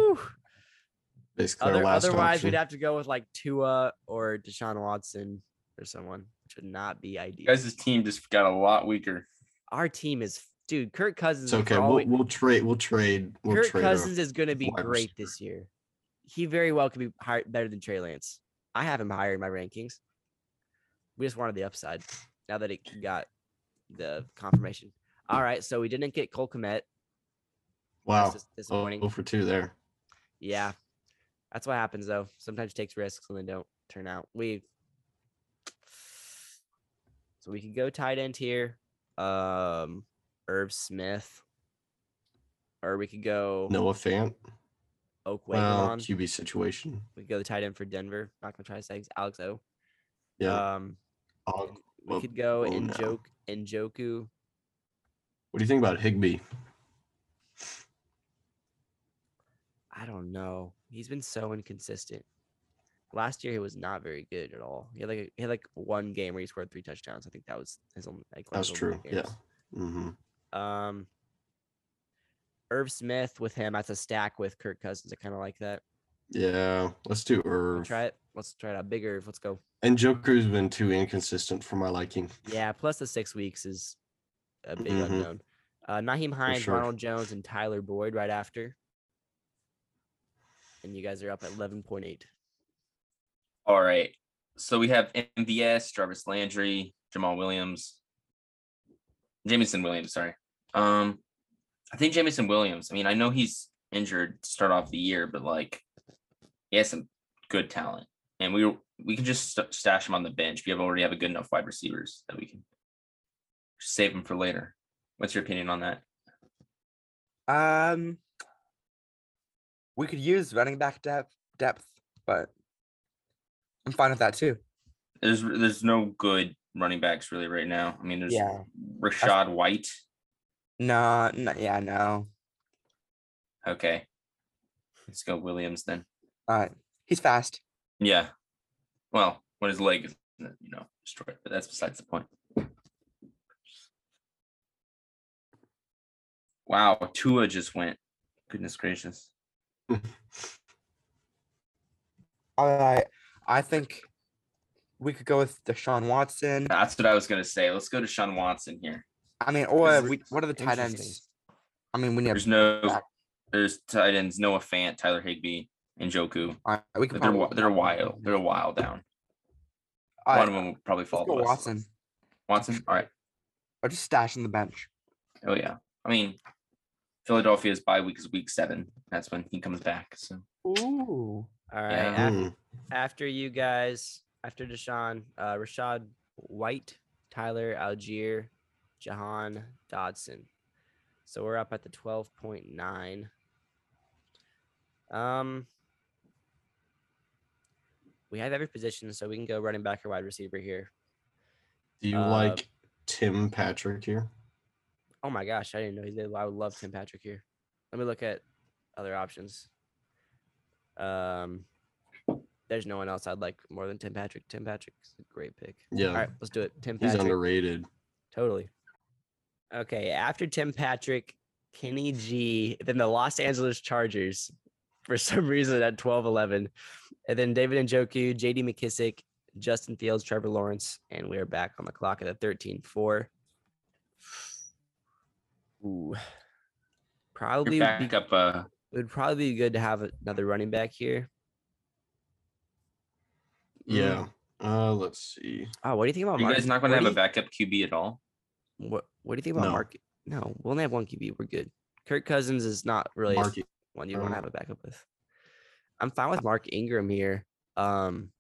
Speaker 4: Basically, our
Speaker 1: Other,
Speaker 4: last
Speaker 1: otherwise,
Speaker 4: option.
Speaker 1: we'd have to go with like Tua or Deshaun Watson or someone, which would not be
Speaker 2: You
Speaker 1: ideal.
Speaker 2: guys' team just got a lot weaker.
Speaker 1: Our team is, dude. Kirk Cousins.
Speaker 4: It's
Speaker 1: for
Speaker 4: okay.
Speaker 1: all
Speaker 4: We'll,
Speaker 1: we-
Speaker 4: we'll trade. We'll trade. We'll
Speaker 1: Kirk
Speaker 4: trade. our-
Speaker 1: Cousins is going to be
Speaker 4: wide
Speaker 1: great this year. He very well could be higher, better than Trey Lance. I have him higher in my rankings. We just wanted the upside. Now that it got the confirmation. All right, so we didn't get Cole Komet.
Speaker 4: wow.
Speaker 1: That's just
Speaker 4: Oh,
Speaker 1: disappointing.
Speaker 4: oh, for two there.
Speaker 1: Yeah. That's what happens though. Sometimes it takes risks and they don't turn out. We so we can go tight end here. Um Irv Smith. Or we could go
Speaker 4: Noah Fant.
Speaker 1: Oak
Speaker 4: Well,
Speaker 1: Wakelon.
Speaker 4: QB situation.
Speaker 1: we could go the tight end for Denver. Not gonna try to say Alex O.
Speaker 4: Yeah.
Speaker 1: Um
Speaker 4: Og-
Speaker 1: we
Speaker 4: well,
Speaker 1: could go
Speaker 4: oh,
Speaker 1: in
Speaker 4: no.
Speaker 1: joke in Joku.
Speaker 4: What do you think about Higby?
Speaker 1: I don't know. He's been so inconsistent. Last year he was not very good at all. He had like a, he had like one game where he scored three touchdowns. I think that was his only. Like one of
Speaker 4: That's
Speaker 1: his only
Speaker 4: true. Yeah. Mm-hmm.
Speaker 1: games. Um. Irv Smith with him. That's a stack with Kirk Cousins. I kind of like that.
Speaker 4: Yeah. Let's do
Speaker 1: We'll
Speaker 4: Irv.
Speaker 1: try it. Let's try it out. Big Irv. Let's go.
Speaker 4: And Joker's been too inconsistent for my liking.
Speaker 1: Yeah. Plus the six weeks is a big
Speaker 4: Mhm.
Speaker 1: unknown. Uh, Naheem Hines,
Speaker 4: sure.
Speaker 1: Ronald Jones, and Tyler Boyd right after. And you guys are up at eleven point eight.
Speaker 2: All right. So we have MVS, Jarvis Landry, Jamal Williams, Jamison Williams. Sorry. Um, I think Jamison Williams. I mean, I know he's injured to start off the year, but like, he has some good talent, and we we can just st- stash him on the bench. We have already have a good enough wide receivers that we can save him for later. What's your opinion on that?
Speaker 3: Um, we could use running back depth, depth, but I'm fine with that too.
Speaker 2: There's there's no good running backs really right now. I mean, there's
Speaker 3: Yeah.
Speaker 2: Rashad White.
Speaker 3: No, no, yeah, no.
Speaker 2: Okay, let's go Williams then.
Speaker 3: All right, Uh, he's fast.
Speaker 2: Yeah. Well, when his leg is, you know, destroyed, but that's besides the point. Wow, Tua just went. Goodness gracious.
Speaker 3: All right, I think we could go with Deshaun Watson.
Speaker 2: That's what I was gonna say. Let's go to Sean Watson here.
Speaker 3: I mean, or
Speaker 2: Is it-
Speaker 3: we, what are the tight
Speaker 1: Interesting.
Speaker 3: ends? I mean, we need.
Speaker 2: There's no
Speaker 3: back.
Speaker 2: There's tight ends Noah Fant, Tyler Higby, and Joku.
Speaker 3: All right, we can
Speaker 2: But they're
Speaker 3: probably-
Speaker 2: wi- they're wild. They're a while down.
Speaker 3: All right,
Speaker 2: One of them will probably fall.
Speaker 3: let's go
Speaker 2: to us.
Speaker 3: Watson.
Speaker 2: Watson. All right.
Speaker 3: Or just stash on the bench.
Speaker 2: Oh yeah. I mean, Philadelphia's bye week is week seven. That's when he comes back. So
Speaker 3: Ooh.
Speaker 1: All right.
Speaker 2: Yeah.
Speaker 1: af-
Speaker 4: Mm.
Speaker 1: after you guys, after Deshaun, uh, Rashad White, Tyler Algier, Jahan Dodson. So we're up at the twelve point nine. Um, we have every position, so we can go running back or wide receiver here.
Speaker 4: Do you
Speaker 1: Uh,
Speaker 4: like Tim Patrick here?
Speaker 1: Oh my gosh, I didn't know he's available. I would love Tim Patrick here. Let me look at other options. Um, there's no one else I'd like more than Tim Patrick. Tim Patrick's a great pick.
Speaker 4: Yeah,
Speaker 1: All right, let's do it. Tim
Speaker 4: he's
Speaker 1: Patrick.
Speaker 4: underrated.
Speaker 1: Totally. Okay, after Tim Patrick, Kenny G, then the Los Angeles Chargers for some reason at 12 11. And then David Njoku, JD McKissick, Justin Fields, Trevor Lawrence, and we're back on the clock at the 13 4. Ooh. Probably
Speaker 2: your
Speaker 1: would be,
Speaker 2: backup. Uh,
Speaker 1: it would probably be good to have another running back here. Mm-hmm.
Speaker 4: Yeah. Uh, let's see.
Speaker 1: Oh, what do you think about
Speaker 2: you
Speaker 1: Mark?
Speaker 2: guys not going to
Speaker 1: what do
Speaker 2: have a
Speaker 1: you-
Speaker 2: backup QB at all?
Speaker 1: What What do you think about
Speaker 4: No.
Speaker 1: Mark? No, we only have one QB. We're good. Kirk Cousins is not really a
Speaker 4: Marky.
Speaker 1: one you want to
Speaker 4: Uh,
Speaker 1: have a backup with. I'm fine with Mark Ingram here. Um,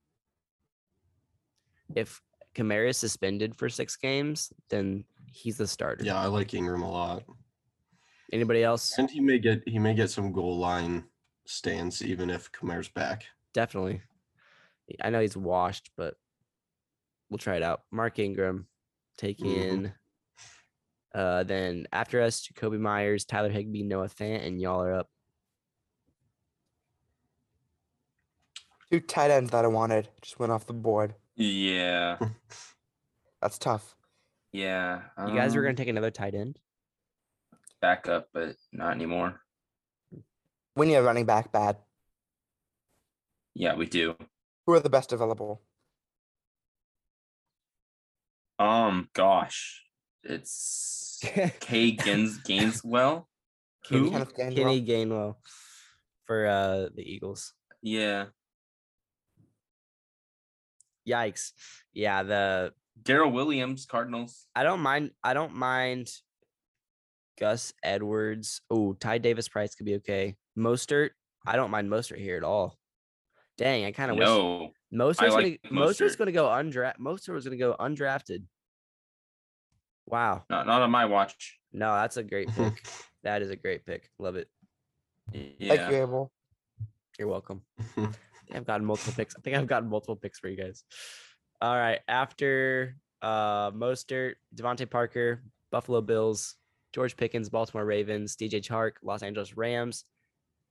Speaker 1: if Kamara is suspended for six games, then he's the starter.
Speaker 4: Yeah, I like Ingram a lot.
Speaker 1: Anybody else?
Speaker 4: And he may get he may get some goal line stands even if Kamara's back.
Speaker 1: Definitely. I know he's washed, but we'll try it out. Mark Ingram, take
Speaker 4: Mhm.
Speaker 1: in. Uh, then after us, Jacoby Myers, Tyler Higby, Noah Fant, and y'all are up.
Speaker 3: Two tight ends that I wanted just went off the board.
Speaker 2: Yeah.
Speaker 1: Hmm.
Speaker 3: That's tough.
Speaker 2: Yeah.
Speaker 1: You guys were
Speaker 2: um,
Speaker 1: gonna take another tight end.
Speaker 2: backup, but not anymore.
Speaker 3: We need a running back bad.
Speaker 2: Yeah, we do.
Speaker 3: Who are the best available?
Speaker 2: Um, gosh, it's K Gins Gainswell.
Speaker 1: Kenny,
Speaker 2: Who?
Speaker 3: Kenneth Gainwell.
Speaker 1: Kenny Gainwell for uh, the Eagles.
Speaker 2: Yeah,
Speaker 1: Yikes! Yeah, the
Speaker 2: Daryl Williams, Cardinals.
Speaker 1: I don't mind. I don't mind. Gus Edwards. Oh, Ty Davis Price could be okay. Mostert. I don't mind Mostert here at all. Dang, I kind of wish
Speaker 2: No, I
Speaker 1: Mostert's
Speaker 2: like
Speaker 1: gonna Mostert's
Speaker 2: Mostert.
Speaker 1: gonna go undraft. Mostert was gonna go undrafted. Wow.
Speaker 2: not not on my watch.
Speaker 1: No, that's a great pick. that is a great pick. Love it.
Speaker 3: Thank you,
Speaker 2: Yeah,
Speaker 3: Abel.
Speaker 1: You're welcome. think I've gotten multiple picks. I think I've gotten multiple picks for you guys. All right. After uh Mostert, Devontae Parker, Buffalo Bills, George Pickens, Baltimore Ravens, DJ Chark, Los Angeles Rams,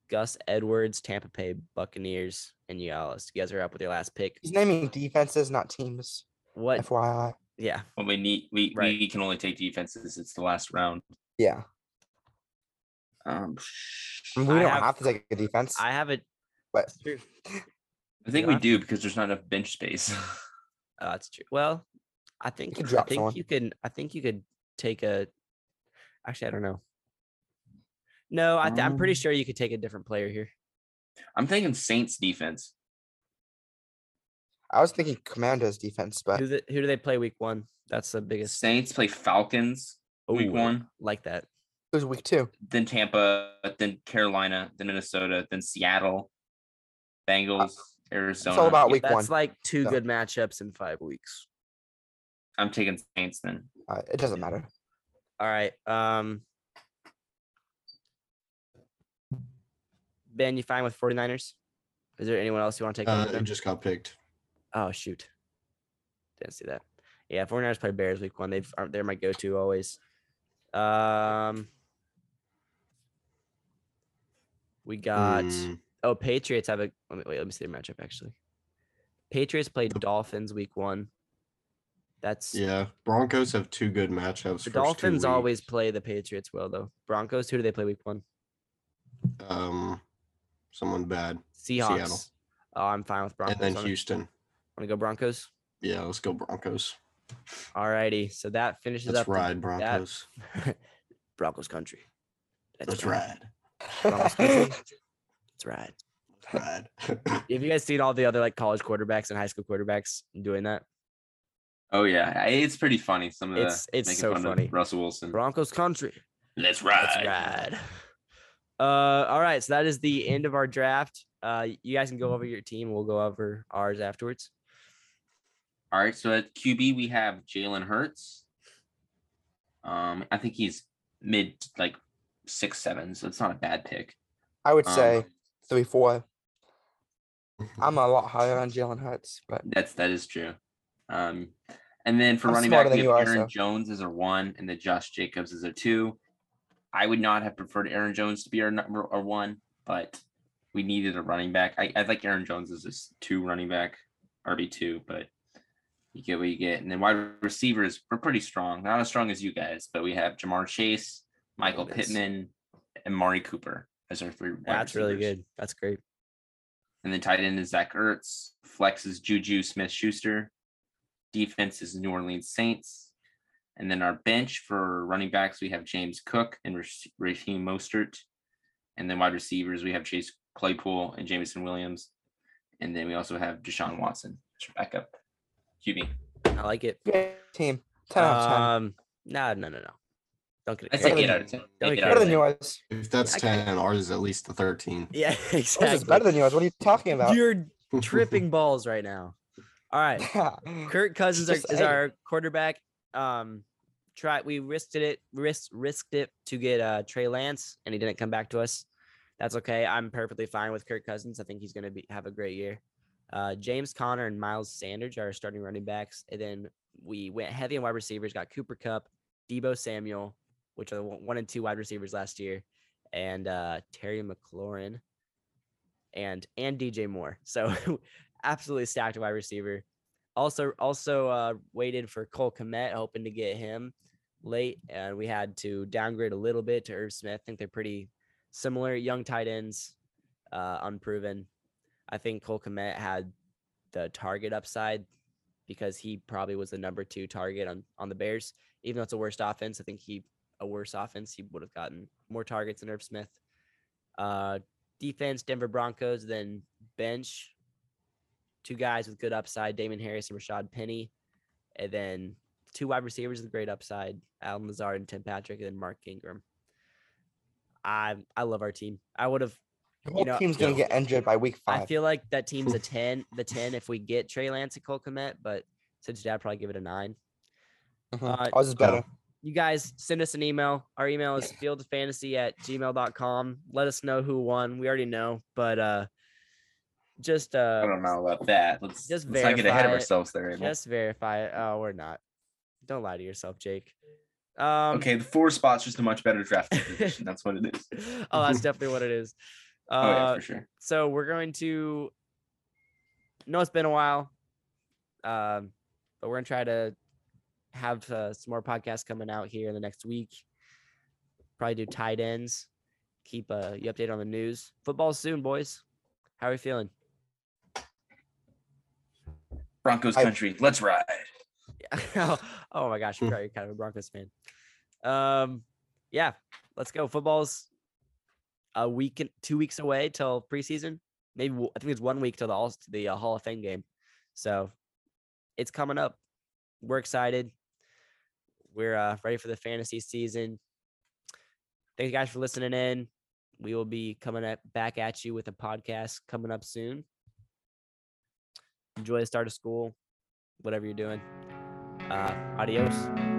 Speaker 1: Gus Edwards, Tampa Bay Buccaneers, and Yalis. You guys are up with your last pick.
Speaker 3: He's naming defenses, not teams.
Speaker 1: What?
Speaker 3: FYI.
Speaker 1: Yeah.
Speaker 2: when we need we
Speaker 1: Right.
Speaker 2: we can only take defenses. It's the last round.
Speaker 3: Yeah.
Speaker 2: Um,
Speaker 3: I mean,
Speaker 1: I
Speaker 3: we don't
Speaker 1: have-
Speaker 3: have, to take a defense.
Speaker 1: I have it.
Speaker 3: but
Speaker 2: I think
Speaker 1: Yeah.
Speaker 2: we do because there's not enough bench space.
Speaker 1: Oh, that's true. Well, I think
Speaker 3: could
Speaker 1: I
Speaker 3: drop
Speaker 1: think
Speaker 3: someone.
Speaker 1: you can. I think you could take a. Actually, I don't know. No, I th- I'm pretty
Speaker 2: Um,
Speaker 1: sure you could take a different player here.
Speaker 2: I'm thinking Saints defense.
Speaker 3: I was thinking Commander's defense, but
Speaker 1: Who, the, who do they play week one? That's the biggest.
Speaker 2: Saints play Falcons week
Speaker 1: Ooh,
Speaker 2: one,
Speaker 1: Like that.
Speaker 3: it was week two.
Speaker 2: then Tampa, then Carolina, then Minnesota, then Seattle, Bengals,
Speaker 3: It's
Speaker 2: Arizona.
Speaker 3: all about
Speaker 2: Yeah,
Speaker 3: week
Speaker 1: That's
Speaker 3: one.
Speaker 1: like two
Speaker 3: So-
Speaker 1: good matchups in five weeks.
Speaker 2: I'm taking Saints then.
Speaker 3: Uh, it doesn't matter.
Speaker 1: All right. Um Ben, you fine with 49ers? Is there anyone else you want to take? on
Speaker 4: Uh,
Speaker 1: with
Speaker 4: it
Speaker 1: them?
Speaker 4: just got picked.
Speaker 1: oh shoot. Didn't see that. Yeah, 49ers play Bears week one. They've aren't they're my go-to always. Um we got
Speaker 4: Mm,
Speaker 1: Oh, Patriots have a let me, wait. Let me see their matchup actually. Patriots played
Speaker 4: The-
Speaker 1: Dolphins week one. That's
Speaker 4: yeah, Broncos have two good matchups.
Speaker 1: the
Speaker 4: first two
Speaker 1: Dolphins
Speaker 4: weeks.
Speaker 1: always play the Patriots well though. Broncos, who do they play week one?
Speaker 4: um someone bad,
Speaker 1: Seahawks.
Speaker 4: Seattle.
Speaker 1: Oh, I'm fine with Broncos.
Speaker 4: and then
Speaker 1: Want
Speaker 4: Houston.
Speaker 1: to go Broncos?
Speaker 4: Yeah, let's go Broncos.
Speaker 1: Alrighty, so that finishes
Speaker 4: Let's
Speaker 1: up the-
Speaker 4: ride
Speaker 1: that-
Speaker 4: Broncos.
Speaker 1: Broncos country.
Speaker 4: Let's ride.
Speaker 3: That's
Speaker 1: That's right.
Speaker 4: Brad.
Speaker 1: Have you guys seen all the other like college quarterbacks and high school quarterbacks doing that?
Speaker 2: Oh yeah, I- it's pretty funny. Some of the
Speaker 1: It's- it's so
Speaker 2: of
Speaker 1: funny.
Speaker 2: Russell Wilson.
Speaker 1: Broncos country.
Speaker 2: Let's
Speaker 1: That's rad. Uh, all right, so that is the end of our draft. Uh, you guys can go over your team. We'll go over ours afterwards.
Speaker 2: All right, so at QB we have Jalen Hurts. Um, I think he's mid like six seven, so it's not a bad pick.
Speaker 3: I would
Speaker 2: Um,
Speaker 3: say three, four.
Speaker 1: Um,
Speaker 3: I'm a lot higher on Jalen Hurts, but
Speaker 2: That's that is true. Um, and then for
Speaker 3: I'm
Speaker 2: running
Speaker 3: smarter
Speaker 2: back,
Speaker 3: than
Speaker 2: we have
Speaker 3: you are,
Speaker 2: Aaron
Speaker 3: so.
Speaker 2: Jones as our one, and then Josh Jacobs as our two. I would not have preferred Aaron Jones to be our number our one, but we needed a running back. I, I like Aaron Jones as this two running back, RB two, but you get what you get. And then wide receivers, we're pretty strong. Not as strong as you guys, but we have Jamar Chase, Michael
Speaker 1: Goodness.
Speaker 2: Pittman, and Mari Cooper as our three. wide
Speaker 1: That's really
Speaker 2: receivers.
Speaker 1: good. That's great.
Speaker 2: And then tight end is Zach Ertz. Flex is Juju Smith Schuster. Defense is New Orleans Saints. And then our bench for running backs, we have James Cook and Rash- Raheem Mostert. And then wide receivers, we have Chase Claypool and Jamison Williams. And then we also have Deshaun Watson as our backup QB.
Speaker 1: I like it.
Speaker 3: great team. 10 out of 10.
Speaker 1: Um, no, no, no, no. Don't get
Speaker 2: I
Speaker 1: it.
Speaker 2: say
Speaker 3: Better
Speaker 2: eight
Speaker 3: than-
Speaker 2: out of ten.
Speaker 1: better
Speaker 2: Eight
Speaker 1: than-
Speaker 2: out
Speaker 3: Better
Speaker 2: of
Speaker 3: than
Speaker 2: 10.
Speaker 3: yours.
Speaker 4: if that's
Speaker 1: I-
Speaker 4: 10, ours is at least a 13.
Speaker 1: Yeah,
Speaker 3: Yours
Speaker 1: exactly.
Speaker 3: is better than yours. What are you talking about?
Speaker 1: You're tripping balls right now. All right. Kirk Cousins are,
Speaker 3: Just
Speaker 1: is
Speaker 3: eight.
Speaker 1: our quarterback. Um, try we risked it, risked risked it to get uh Trey Lance, and he didn't come back to us. That's okay. I'm perfectly fine with Kirk Cousins. I think he's gonna be have a great year. Uh, James Conner and Miles Sanders are our starting running backs, and then we went heavy on wide receivers. Got Cooper Cup, Debo Samuel, which are the one one and two wide receivers last year, and uh, Terry McLaurin, and and DJ Moore. So absolutely stacked wide receiver. Also, also uh, waited for Cole Komet, hoping to get him late, and we had to downgrade a little bit to Irv Smith. I think they're pretty similar, young tight ends, uh, unproven. I think Cole Komet had the target upside because he probably was the number two target on on the Bears, even though it's a worst offense. I think he a worse offense, he would have gotten more targets than Irv Smith. Uh, defense, Denver Broncos, then bench, two guys with good upside, Damon Harris and Rashad Penny, and then two wide receivers with great upside, Alan Lazard and Tim Patrick, and then Mark Ingram. I I love our team. I would have.
Speaker 3: The whole
Speaker 1: know,
Speaker 3: team's going to
Speaker 4: yeah.
Speaker 3: get injured by week five.
Speaker 1: I feel like that team's a ten, the ten if we get Trey Lance and Cole Komet, but since dad probably give it a nine.
Speaker 3: Mhm.
Speaker 1: uh,
Speaker 3: ours is
Speaker 4: Yeah.
Speaker 3: better.
Speaker 1: you guys send us an email. Our email is fieldfantasy at gmail.com. Let us know who won. We already know, but uh just
Speaker 2: I
Speaker 1: uh
Speaker 2: don't know about that. Let's,
Speaker 1: Just
Speaker 2: let's not get ahead
Speaker 1: verify
Speaker 2: of
Speaker 1: it.
Speaker 2: ourselves there. Abel.
Speaker 1: just verify it. Oh, we're not. Don't lie to yourself, Jake. Um
Speaker 2: okay, the four spots just a much better drafting position. That's what it is.
Speaker 1: oh, that's definitely what it is. Uh
Speaker 2: Oh yeah, for sure.
Speaker 1: so we're going to no it's been a while um but we're gonna try to have uh, some more podcasts coming out here in the next week probably do tight ends keep uh you updated on the news football soon boys how are you feeling
Speaker 2: Broncos
Speaker 3: I-
Speaker 2: country. Let's ride.
Speaker 1: oh my gosh
Speaker 4: Hmm.
Speaker 1: you're kind of a broncos fan um yeah let's go football's a week and two weeks away till preseason maybe w- i think it's one week till the all the uh, hall of fame game so it's coming up we're excited we're uh, ready for the fantasy season thank you guys for listening in we will be coming at, back at you with a podcast coming up soon enjoy the start of school whatever you're doing uh, adios